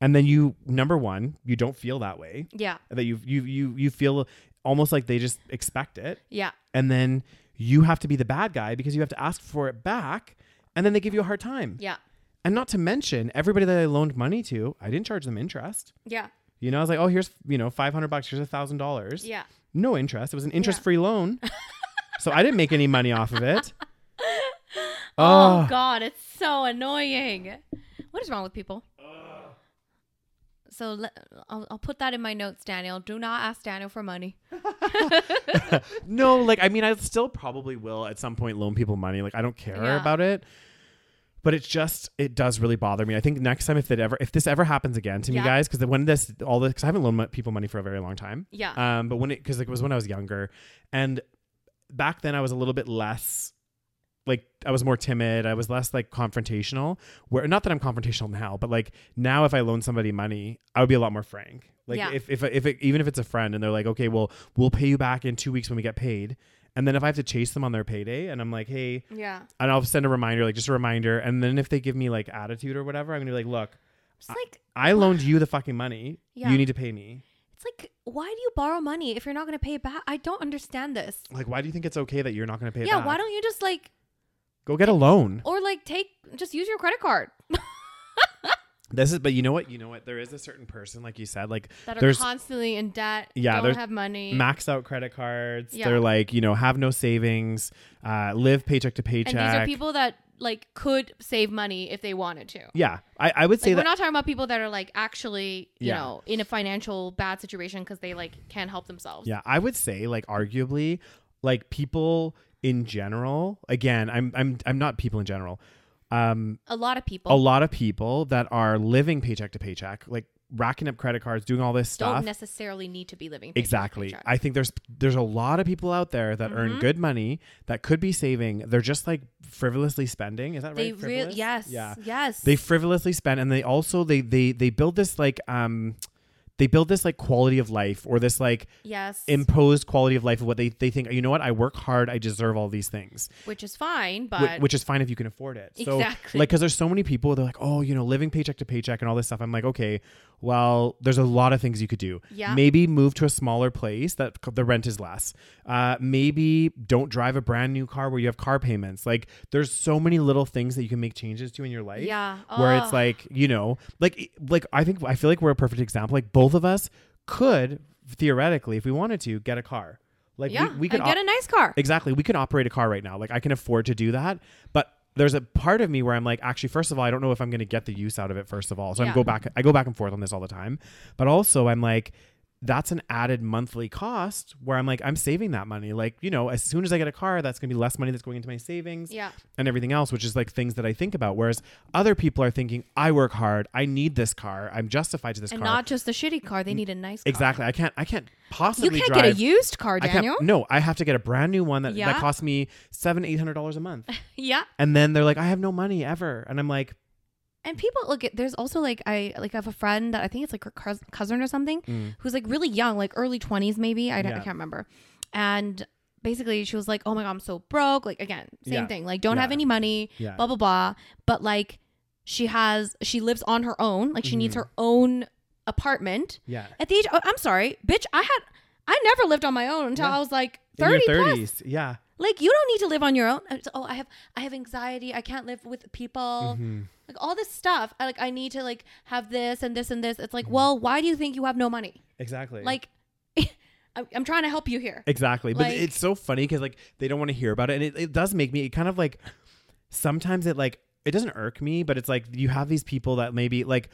Speaker 3: And then you number 1, you don't feel that way.
Speaker 2: Yeah.
Speaker 3: That you you you you feel almost like they just expect it.
Speaker 2: Yeah.
Speaker 3: and then you have to be the bad guy because you have to ask for it back and then they give you a hard time
Speaker 2: Yeah.
Speaker 3: and not to mention everybody that i loaned money to i didn't charge them interest
Speaker 2: Yeah.
Speaker 3: you know i was like oh here's you know 500 bucks here's a thousand dollars
Speaker 2: Yeah.
Speaker 3: no interest it was an interest-free loan so i didn't make any money off of it
Speaker 2: Oh,
Speaker 3: oh,
Speaker 2: God, it's so annoying. What is wrong with people?
Speaker 3: Ah.
Speaker 2: So let, I'll, I'll put that in my notes, Daniel. Do not ask Daniel for money.
Speaker 3: no like i mean i still probably will at some point loan people money like i don't care
Speaker 2: Yeah.
Speaker 3: about it but it just it does really bother me i think next time if that ever if this ever happens again to
Speaker 2: Yeah.
Speaker 3: me guys because when this all this because i haven't loaned mo- people money for a very long time
Speaker 2: Yeah.
Speaker 3: Um, but when it because it was when I was younger, and back then I was a little bit less like I was more timid. I was less like confrontational. Where not that I'm confrontational now, but like now if I loan somebody money, I would be a lot more frank. Like
Speaker 2: Yeah.
Speaker 3: if if if it, even if it's a friend and they're like, okay, well we'll pay you back in two weeks when we get paid. And then if I have to chase them on their payday, and I'm like, hey,
Speaker 2: yeah.
Speaker 3: and I'll send a reminder, like just a reminder. And then if they give me like attitude or whatever, I'm gonna be like, look,
Speaker 2: It's like
Speaker 3: I loaned you the fucking money.
Speaker 2: Yeah.
Speaker 3: You need to pay me.
Speaker 2: it's like why do you borrow money if you're not going to pay it back? I don't understand this.
Speaker 3: Like, why do you think it's okay that you're not gonna pay? it
Speaker 2: yeah,
Speaker 3: back?
Speaker 2: why don't you just like
Speaker 3: Go get a loan.
Speaker 2: or like take just use your credit card
Speaker 3: This is, but you know what? You know what? There is a certain person, like you said, like
Speaker 2: that are
Speaker 3: there's
Speaker 2: constantly in debt,
Speaker 3: Yeah,
Speaker 2: don't
Speaker 3: there's
Speaker 2: have money.
Speaker 3: max out credit cards.
Speaker 2: Yeah.
Speaker 3: They're like, you know, have no savings, uh, live paycheck to paycheck.
Speaker 2: and these are people that like could save money if they wanted to.
Speaker 3: yeah, I, I would say
Speaker 2: Like, we're
Speaker 3: that.
Speaker 2: not talking about people that are like actually, you
Speaker 3: Yeah.
Speaker 2: know, in a financial bad situation because they like can't help themselves.
Speaker 3: yeah, I would say like arguably, like people in general. Again, I'm I'm I'm not people in general. Um,
Speaker 2: A lot of people
Speaker 3: a lot of people that are living paycheck to paycheck, like racking up credit cards, doing all this
Speaker 2: don't
Speaker 3: stuff.
Speaker 2: necessarily need to be living. paycheck to
Speaker 3: Exactly.
Speaker 2: paycheck.
Speaker 3: I think there's there's a lot of people out there that
Speaker 2: Mm-hmm.
Speaker 3: earn good money that could be saving. They're just like frivolously spending. Is that
Speaker 2: they
Speaker 3: right?
Speaker 2: really
Speaker 3: Frivolous?
Speaker 2: yes,
Speaker 3: Yeah.
Speaker 2: yes.
Speaker 3: They frivolously spend, and they also they they they build this like um. they build this like quality of life or this like
Speaker 2: Yes.
Speaker 3: imposed quality of life of what they, they think, you know what, I work hard, I deserve all these things.
Speaker 2: which is fine,
Speaker 3: Wh-
Speaker 2: but
Speaker 3: which is fine if you can afford it. So,
Speaker 2: Exactly.
Speaker 3: Like, because there's so many people, they're like, oh, you know, living paycheck to paycheck and all this stuff. I'm like, okay, well, there's a lot of things you could do.
Speaker 2: Yeah.
Speaker 3: Maybe move to a smaller place that c- the rent is less. Uh, maybe don't drive a brand new car where you have car payments. Like, there's so many little things that you can make changes to in your life.
Speaker 2: Yeah.
Speaker 3: Where
Speaker 2: Ugh.
Speaker 3: it's like, you know, like, e- like I think I feel like we're a perfect example. Like, both of us could theoretically, if we wanted to, get a car. Like,
Speaker 2: yeah,
Speaker 3: we, we could
Speaker 2: and
Speaker 3: op-
Speaker 2: get a nice car.
Speaker 3: Exactly. We can operate a car right now. Like I can afford to do that. But there's a part of me where I'm like, actually, first of all, I don't know if I'm gonna get the use out of it, first of all. So
Speaker 2: Yeah.
Speaker 3: I go back I go back and forth on this all the time. But also I'm like, that's an added monthly cost where I'm like, I'm saving that money. Like, you know, as soon as I get a car, that's gonna be less money that's going into my savings
Speaker 2: Yeah.
Speaker 3: and everything else, which is like things that I think about. Whereas other people are thinking, I work hard, I need this car, I'm justified to this
Speaker 2: And
Speaker 3: car.
Speaker 2: not just the shitty car. They need a nice car.
Speaker 3: exactly. I can't I can't
Speaker 2: You
Speaker 3: possibly
Speaker 2: can't
Speaker 3: drive
Speaker 2: get a used car,
Speaker 3: I
Speaker 2: Daniel.
Speaker 3: can't. No, I have to get a brand new one that,
Speaker 2: Yeah.
Speaker 3: that costs me seven, eight hundred dollars a month.
Speaker 2: Yeah.
Speaker 3: And then they're like, I have no money ever, and I'm like,
Speaker 2: And people look at there's also like I like I have a friend that I think it's like her cous- cousin or something
Speaker 3: "Mm,
Speaker 2: who's like really young, like early 20s maybe. I, don't I
Speaker 3: Yeah.
Speaker 2: can't remember. And basically she was like, "Oh my god, I'm so broke." Like again, same
Speaker 3: Yeah.
Speaker 2: thing. Like don't have
Speaker 3: Yeah.
Speaker 2: any money,
Speaker 3: Yeah.
Speaker 2: blah blah blah, but like she has she lives on her own. Like she needs
Speaker 3: Mm-hmm.
Speaker 2: her own apartment.
Speaker 3: yeah,
Speaker 2: At the age oh, I'm sorry, bitch, I had I never lived on my own until
Speaker 3: Yeah.
Speaker 2: I was like
Speaker 3: in your
Speaker 2: 30 plus.
Speaker 3: thirties, yeah,
Speaker 2: Like you don't need to live on your own. It's, oh, I have I have anxiety. I can't live with people.
Speaker 3: Mm-hmm.
Speaker 2: Like all this stuff. I, like I need to like have this and this and this. It's like,
Speaker 3: Mm-hmm.
Speaker 2: well, why do you think you have no money?
Speaker 3: exactly,
Speaker 2: Like, I'm, I'm trying to help you here.
Speaker 3: exactly. But
Speaker 2: like-
Speaker 3: it's so funny because like they don't want to hear about it, and it, it does make me. It kind of like sometimes it like it doesn't irk me, but it's like you have these people that maybe like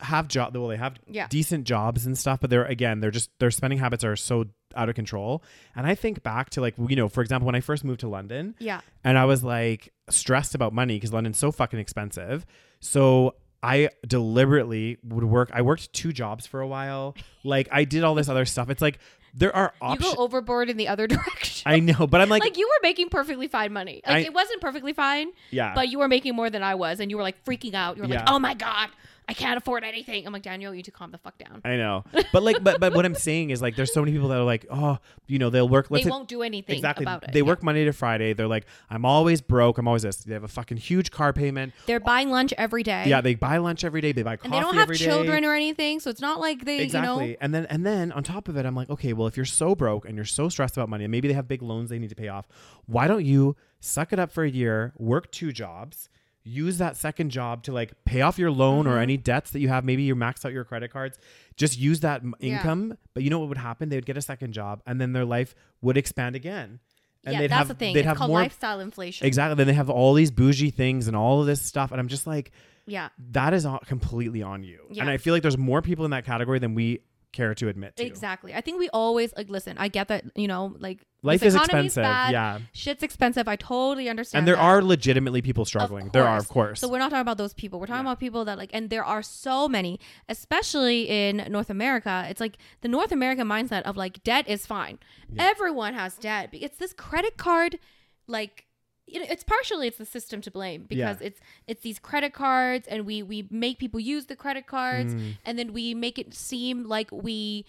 Speaker 3: have job well they have
Speaker 2: Yeah.
Speaker 3: decent jobs and stuff but they're again they're just their spending habits are so out of control and i think back to like you know for example when i first moved to london
Speaker 2: Yeah.
Speaker 3: and I was like stressed about money because London's so fucking expensive. So I deliberately would work. I worked two jobs for a while. Like I did all this other stuff. It's like there are
Speaker 2: You
Speaker 3: options.
Speaker 2: go overboard in the other direction.
Speaker 3: I know, but I'm like,
Speaker 2: like, you were making perfectly fine money. Like
Speaker 3: I-
Speaker 2: it wasn't perfectly fine,
Speaker 3: yeah,
Speaker 2: but you were making more than I was, and you were like freaking out. You were like,
Speaker 3: Yeah.
Speaker 2: oh my god, I can't afford anything. I'm like Daniel, you need to calm the fuck down.
Speaker 3: I know. But like, but but what I'm saying is like, there's so many people that are like, oh, you know, they'll work. Let's
Speaker 2: they
Speaker 3: say-
Speaker 2: won't do anything
Speaker 3: exactly.
Speaker 2: about it.
Speaker 3: They
Speaker 2: Yeah.
Speaker 3: work Monday to Friday. They're like, I'm always broke. I'm always this. They have a fucking huge car payment.
Speaker 2: They're buying lunch every day.
Speaker 3: Yeah, they buy lunch every day. They buy coffee
Speaker 2: and they don't have
Speaker 3: every day.
Speaker 2: children or anything, so it's not like they,
Speaker 3: exactly
Speaker 2: you know,
Speaker 3: and then and then on top of it i'm like okay well if you're so broke and you're so stressed about money and maybe they have big loans they need to pay off why don't you suck it up for a year work two jobs use that second job to like pay off your loan
Speaker 2: Mm-hmm.
Speaker 3: or any debts that you have maybe you maxed out your credit cards just use that m-
Speaker 2: Yeah.
Speaker 3: income but you know what would happen they would get a second job and then their life would expand again and
Speaker 2: yeah,
Speaker 3: they'd
Speaker 2: that's
Speaker 3: have
Speaker 2: the thing.
Speaker 3: they'd
Speaker 2: it's
Speaker 3: have
Speaker 2: called
Speaker 3: more
Speaker 2: lifestyle inflation.
Speaker 3: exactly then they have all these bougie things and all of this stuff and i'm just like
Speaker 2: Yeah,
Speaker 3: that is on, completely on you.
Speaker 2: Yeah.
Speaker 3: And I feel like there's more people in that category than we care to admit to.
Speaker 2: exactly. I think we always like listen. I get that you know, like
Speaker 3: Life is
Speaker 2: this economy's
Speaker 3: expensive,
Speaker 2: bad,
Speaker 3: yeah.
Speaker 2: shit's expensive. I totally understand.
Speaker 3: And there
Speaker 2: that.
Speaker 3: are legitimately people struggling. There are, of course.
Speaker 2: So we're not talking about those people. We're talking about people that like, and there are so many, especially in North America. It's like the North American mindset of like debt is fine. Everyone has debt. It's this credit card, like you know, it's partially it's the system to blame because
Speaker 3: Yeah.
Speaker 2: it's it's these credit cards, and we we make people use the credit cards,
Speaker 3: Mm.
Speaker 2: and then we make it seem like we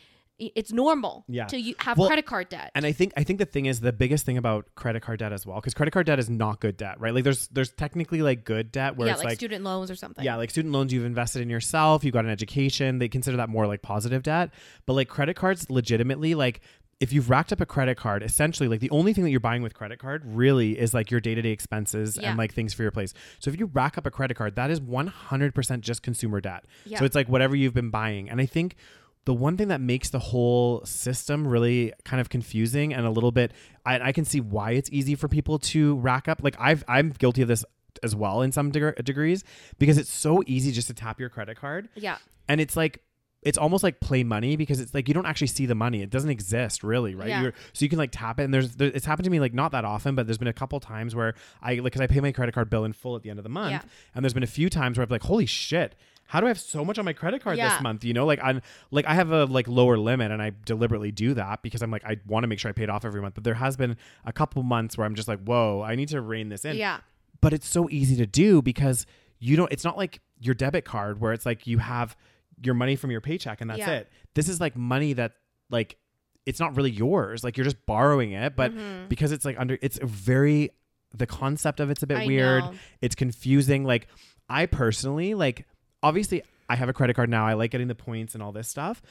Speaker 2: it's normal
Speaker 3: Yeah.
Speaker 2: to you have
Speaker 3: Well,
Speaker 2: credit card debt.
Speaker 3: and I think I think the thing is the biggest thing about credit card debt as well, because credit card debt is not good debt, right? Like there's there's technically like good debt where
Speaker 2: yeah,
Speaker 3: it's
Speaker 2: like,
Speaker 3: like,
Speaker 2: student loans or something.
Speaker 3: yeah, like student loans you've invested in yourself, you got an education. They consider that more like positive debt, but like credit cards, legitimately like. If you've racked up a credit card, essentially, like the only thing that you're buying with credit card really is like your day to day expenses
Speaker 2: Yeah.
Speaker 3: and like things for your place. So if you rack up a credit card, that is 100% just consumer debt.
Speaker 2: Yeah.
Speaker 3: So it's like whatever you've been buying. And I think the one thing that makes the whole system really kind of confusing and a little bit, I, I can see why it's easy for people to rack up. Like I've, I'm guilty of this as well in some deg- degrees because it's so easy just to tap your credit card
Speaker 2: yeah.
Speaker 3: and it's like it's almost like play money because it's like you don't actually see the money it doesn't exist really right
Speaker 2: Yeah.
Speaker 3: You're, so you can like tap it and there's there, it's happened to me like not that often but there's been a couple times where i like because i pay my credit card bill in full at the end of the month
Speaker 2: Yeah.
Speaker 3: and there's been a few times where i've like holy shit how do i have so much on my credit card
Speaker 2: Yeah.
Speaker 3: this month you know like i'm like i have a like lower limit and i deliberately do that because i'm like i want to make sure i pay it off every month but there has been a couple months where i'm just like whoa i need to rein this in
Speaker 2: Yeah.
Speaker 3: but it's so easy to do because you don't it's not like your debit card where it's like you have your money from your paycheck and that's
Speaker 2: Yeah.
Speaker 3: it. This is like money that like it's not really yours. Like you're just borrowing it, but
Speaker 2: Mm-hmm.
Speaker 3: because it's like under it's a very the concept of it's a bit
Speaker 2: I
Speaker 3: weird.
Speaker 2: know.
Speaker 3: It's confusing. Like I personally like obviously I have a credit card now. I like getting the points and all this stuff.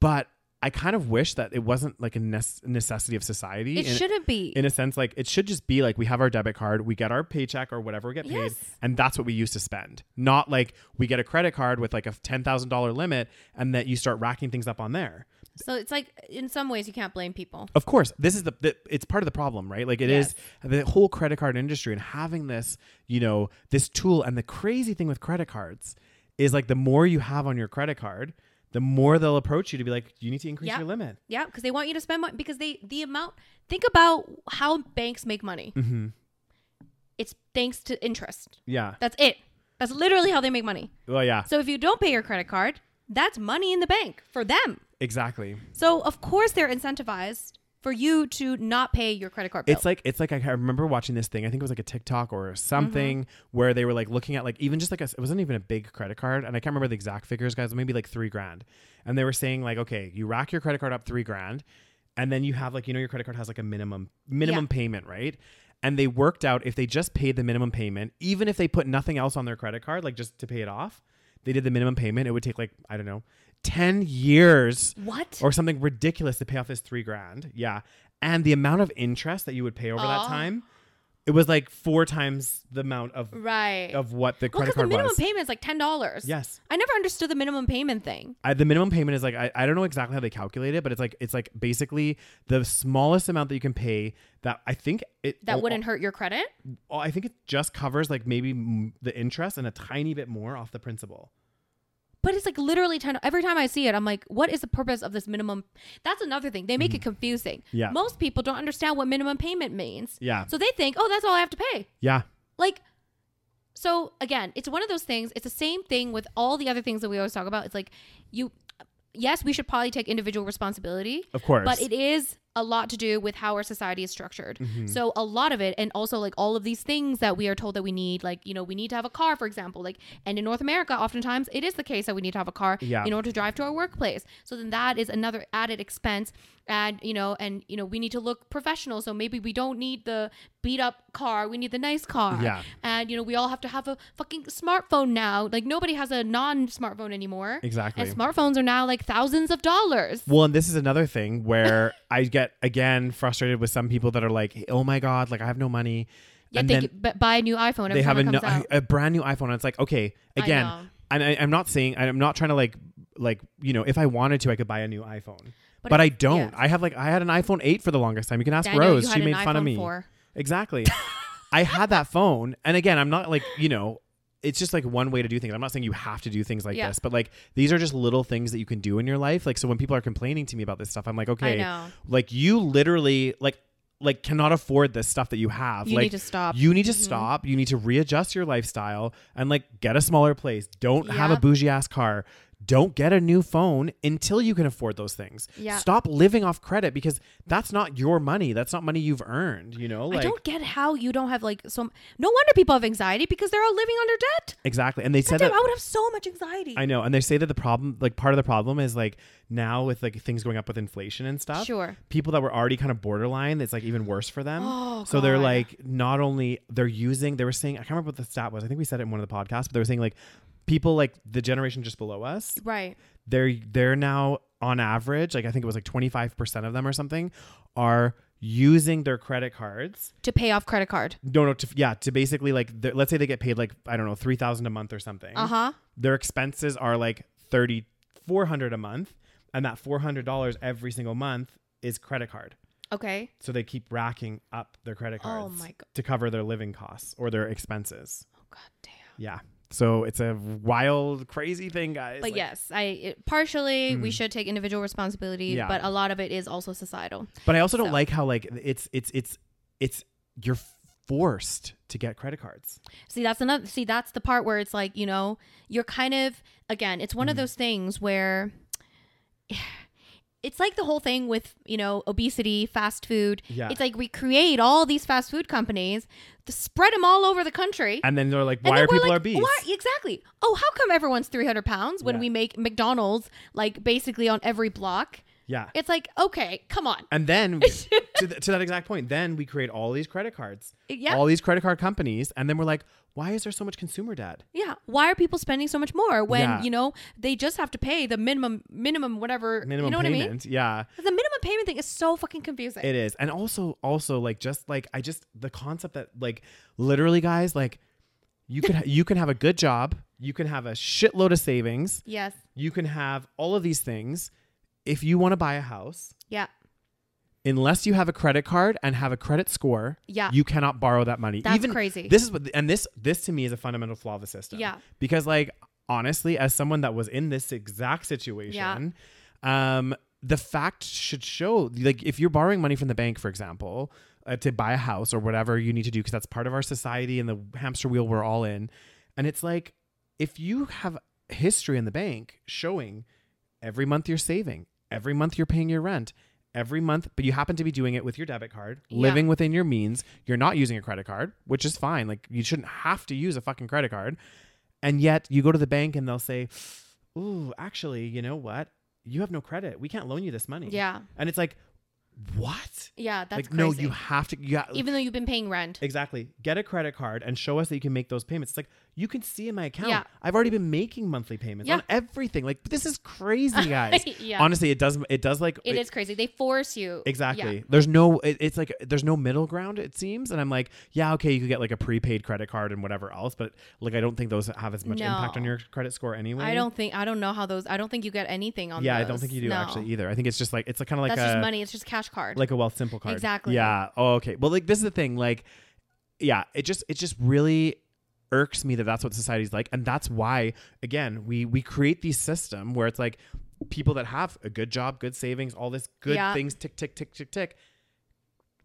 Speaker 3: But I kind of wish that it wasn't like a nes- necessity of society.
Speaker 2: It
Speaker 3: and-
Speaker 2: shouldn't be.
Speaker 3: in a sense, like it should just be like we have our debit card, we get our paycheck or whatever we get paid,
Speaker 2: Yes.
Speaker 3: and that's what we use to spend. Not like we get a credit card with like a ten thousand dollar limit, and that you start racking things up on there.
Speaker 2: so it's like in some ways you can't blame people.
Speaker 3: Of course, this is the, the it's part of the problem, right? Like it is the whole credit card industry and having this, you know, this tool. And the crazy thing with credit cards is like the more you have on your credit card, the more they'll approach you to be like, you need to increase
Speaker 2: Yeah.
Speaker 3: your limit.
Speaker 2: Yeah, because they want you to spend money because they the amount. Think about how banks make money.
Speaker 3: Mm-hmm.
Speaker 2: It's thanks to interest.
Speaker 3: Yeah.
Speaker 2: That's it. That's literally how they make money.
Speaker 3: Well, yeah.
Speaker 2: So if you don't pay your credit card, that's money in the bank for them.
Speaker 3: exactly.
Speaker 2: So of course they're incentivized for you to not pay your credit card bill.
Speaker 3: It's like it's like I I remember watching this thing. I think it was like a TikTok or something where they were like looking at like even just like a, it wasn't even a big credit card, and I can't remember the exact figures, guys. Maybe like three grand, and they were saying like, okay, you rack your credit card up three grand, and then you have like you know your credit card has like a minimum minimum payment, right? And they worked out if they just paid the minimum payment, even if they put nothing else on their credit card, like just to pay it off, they did the minimum payment. It would take like I don't know, ten years
Speaker 2: what?
Speaker 3: or something ridiculous to pay off this three grand. Yeah. And the amount of interest that you would pay over that
Speaker 2: Oh.
Speaker 3: time, it was like four times the amount of
Speaker 2: right.
Speaker 3: of what the
Speaker 2: well,
Speaker 3: credit
Speaker 2: because the
Speaker 3: card
Speaker 2: minimum
Speaker 3: was.
Speaker 2: payment is like ten dollars.
Speaker 3: Yes.
Speaker 2: I never understood the minimum payment thing.
Speaker 3: I, the minimum payment is like I, I don't know exactly how they calculate it, but it's like it's like basically the smallest amount that you can pay that I think it
Speaker 2: That
Speaker 3: oh,
Speaker 2: wouldn't hurt your credit.
Speaker 3: oh, I think it just covers like maybe mm, the interest and a tiny bit more off the principal.
Speaker 2: But it's like literally ten. Every time I see it, I'm like, what is the purpose of this minimum? That's another thing. They make it confusing.
Speaker 3: Mm. Yeah.
Speaker 2: Most people don't understand what minimum payment means.
Speaker 3: Yeah.
Speaker 2: So they think, oh, that's all I have to pay.
Speaker 3: Yeah.
Speaker 2: Like, so again, it's one of those things. It's the same thing with all the other things that we always talk about. It's like, you, yes, we should probably take individual responsibility.
Speaker 3: Of course.
Speaker 2: But it is a lot to do with how our society is structured.
Speaker 3: Mm-hmm.
Speaker 2: So a lot of it, and also like all of these things that we are told that we need, like you know, we need to have a car, for example. Like, and in North America, oftentimes it is the case that we need to have a car
Speaker 3: Yeah.
Speaker 2: in order to drive to our workplace. So then that is another added expense, and you know, and you know, we need to look professional. So maybe we don't need the beat up car; we need the nice car.
Speaker 3: Yeah.
Speaker 2: And you know, we all have to have a fucking smartphone now. Like nobody has a non-smartphone anymore.
Speaker 3: Exactly.
Speaker 2: And smartphones are now like thousands of dollars.
Speaker 3: Well, and this is another thing where I get again frustrated with some people that are like, "Oh my god, like I have no money,"
Speaker 2: Yet
Speaker 3: and
Speaker 2: they
Speaker 3: then
Speaker 2: could b- buy a new iPhone
Speaker 3: they
Speaker 2: every time
Speaker 3: have a,
Speaker 2: it comes
Speaker 3: no,
Speaker 2: out.
Speaker 3: a brand new iPhone. And it's like, okay,
Speaker 2: I
Speaker 3: again,
Speaker 2: know.
Speaker 3: and I, I'm not saying I'm not trying to like like you know, if I wanted to, I could buy a new iPhone,
Speaker 2: But
Speaker 3: but,
Speaker 2: it-
Speaker 3: I don't.
Speaker 2: yeah.
Speaker 3: I have like I had an iPhone eight for the longest time. You can ask
Speaker 2: Daniel,
Speaker 3: Rose;
Speaker 2: you
Speaker 3: she
Speaker 2: had an
Speaker 3: made fun of
Speaker 2: iPhone
Speaker 3: me.
Speaker 2: 4.
Speaker 3: Exactly. I had that phone. And again, I'm not like, you know, it's just like one way to do things. I'm not saying you have to do things like
Speaker 2: Yeah.
Speaker 3: this, but like these are just little things that you can do in your life. Like so when people are complaining to me about this stuff, I'm like, okay,
Speaker 2: know.
Speaker 3: like you literally like like cannot afford this stuff that you have.
Speaker 2: You
Speaker 3: like
Speaker 2: need to stop. Mm-hmm.
Speaker 3: You need to stop. You need to readjust your lifestyle and like get a smaller place. Don't have a
Speaker 2: Yep.
Speaker 3: bougie ass car. Don't get a new phone until you can afford those things.
Speaker 2: Yeah.
Speaker 3: Stop living off credit because that's not your money. That's not money you've earned, you know? Like
Speaker 2: I don't get how you don't have like some. No wonder people have anxiety because they're all living under debt.
Speaker 3: Exactly. And they said
Speaker 2: Damn,
Speaker 3: that
Speaker 2: I would have so much anxiety.
Speaker 3: I know. And they say that the problem like part of the problem is like now with like things going up with inflation and stuff.
Speaker 2: Sure.
Speaker 3: People that were already kind of borderline, it's like even worse for them.
Speaker 2: Oh,
Speaker 3: so they're
Speaker 2: God.
Speaker 3: like not only they're using they were saying I can't remember what the stat was. I think we said it in one of the podcasts, but they were saying like people like the generation just below us,
Speaker 2: right.
Speaker 3: they're they're now on average, like I think it was like 25% of them or something are using their credit cards
Speaker 2: To pay off credit card.
Speaker 3: no, no, to, yeah, to basically like, the, let's say they get paid like I don't know, three thousand a month or something.
Speaker 2: Uh-huh.
Speaker 3: Their expenses are like thirty four hundred a month, and that four hundred dollars every single month is credit card.
Speaker 2: Okay.
Speaker 3: So they keep racking up their credit
Speaker 2: Oh
Speaker 3: cards
Speaker 2: my God.
Speaker 3: to cover their living costs or their expenses.
Speaker 2: Oh god damn.
Speaker 3: Yeah. So it's a wild, crazy thing, guys.
Speaker 2: But
Speaker 3: Like, Mm.
Speaker 2: yes, I it, partially we should take individual responsibility,
Speaker 3: Yeah.
Speaker 2: but a lot of it is also societal.
Speaker 3: But I also don't
Speaker 2: So-
Speaker 3: like how like it's it's it's it's you're forced to get credit cards.
Speaker 2: See, that's another. See, that's the part where it's like you
Speaker 3: Mm-hmm.
Speaker 2: know you're kind of again. It's one of those things where it's like the whole thing with you know obesity fast food
Speaker 3: Yeah.
Speaker 2: it's like we create all these fast food companies to spread them all over the country
Speaker 3: And then they're like,
Speaker 2: And
Speaker 3: why
Speaker 2: then
Speaker 3: are
Speaker 2: we're
Speaker 3: people
Speaker 2: like,
Speaker 3: obese?
Speaker 2: why- exactly oh how come everyone's 300 pounds when
Speaker 3: Yeah.
Speaker 2: we make mcdonald's like basically on every block
Speaker 3: Yeah.
Speaker 2: it's like okay come on
Speaker 3: And then to, th- to that exact point, then we create all these credit cards,
Speaker 2: Yeah.
Speaker 3: all these credit card companies, and then we're like, why is there so much consumer debt?
Speaker 2: yeah why are people spending so much more when
Speaker 3: Yeah.
Speaker 2: you know they just have to pay the minimum minimum whatever
Speaker 3: Minimum
Speaker 2: you know
Speaker 3: payment,
Speaker 2: what i mean
Speaker 3: yeah,
Speaker 2: the minimum payment thing is so fucking confusing
Speaker 3: it is. And also, also like just like I just the concept that like literally, guys, like you could ha- you can have a good job, you can have a shitload of savings,
Speaker 2: yes
Speaker 3: you can have all of these things. If you want to buy a house,
Speaker 2: yeah
Speaker 3: unless you have a credit card and have a credit score,
Speaker 2: Yeah.
Speaker 3: you cannot borrow that money.
Speaker 2: That's crazy.
Speaker 3: This is what, and this this to me is a fundamental flaw of the system.
Speaker 2: Yeah.
Speaker 3: because like honestly, as someone that was in this exact situation, um, the fact should show like if you're borrowing money from the bank, for example. Uh, to buy a house or whatever you need to do because that's part of our society and the hamster wheel we're all in and it's like if you have history in the bank showing every month you're saving, every month you're paying your rent, every month, but you happen to be doing it with your debit card,
Speaker 2: Yeah.
Speaker 3: living within your means, you're not using a credit card, which is fine. Like you shouldn't have to use a fucking credit card. And yet you go to the bank and they'll say, Ooh, actually, you know what? You have no credit. We can't loan you this money.
Speaker 2: Yeah.
Speaker 3: And it's like, what?
Speaker 2: yeah that's
Speaker 3: like,
Speaker 2: crazy
Speaker 3: no, you have to. You ha-
Speaker 2: even though you've been paying rent
Speaker 3: Exactly. Get a credit card and show us that you can make those payments. It's like you can see in my account,
Speaker 2: Yeah.
Speaker 3: I've already been making monthly payments
Speaker 2: Yeah.
Speaker 3: on everything. Like this is crazy, guys.
Speaker 2: Yeah.
Speaker 3: Honestly, it does. It does like
Speaker 2: it is crazy they force you
Speaker 3: exactly.
Speaker 2: yeah.
Speaker 3: There's no. It, it's like there's no middle ground. It seems, and I'm like, yeah, okay, you could get like a prepaid credit card and whatever else, but like I don't think those have as much impact on
Speaker 2: No.
Speaker 3: your credit score anyway.
Speaker 2: i don't think i don't know how those i don't think you get anything on
Speaker 3: Yeah, I
Speaker 2: those.
Speaker 3: don't think you do
Speaker 2: No.
Speaker 3: actually either. I think it's just like it's like kind of like
Speaker 2: that's
Speaker 3: a
Speaker 2: just money it's just cash card
Speaker 3: like a wealth simple card
Speaker 2: Exactly.
Speaker 3: yeah oh okay well like this is the thing like yeah it just it just really irks me that that's what society's like and that's why again we we create these system where it's like people that have a good job good savings all this good
Speaker 2: Yeah.
Speaker 3: things tick tick tick tick tick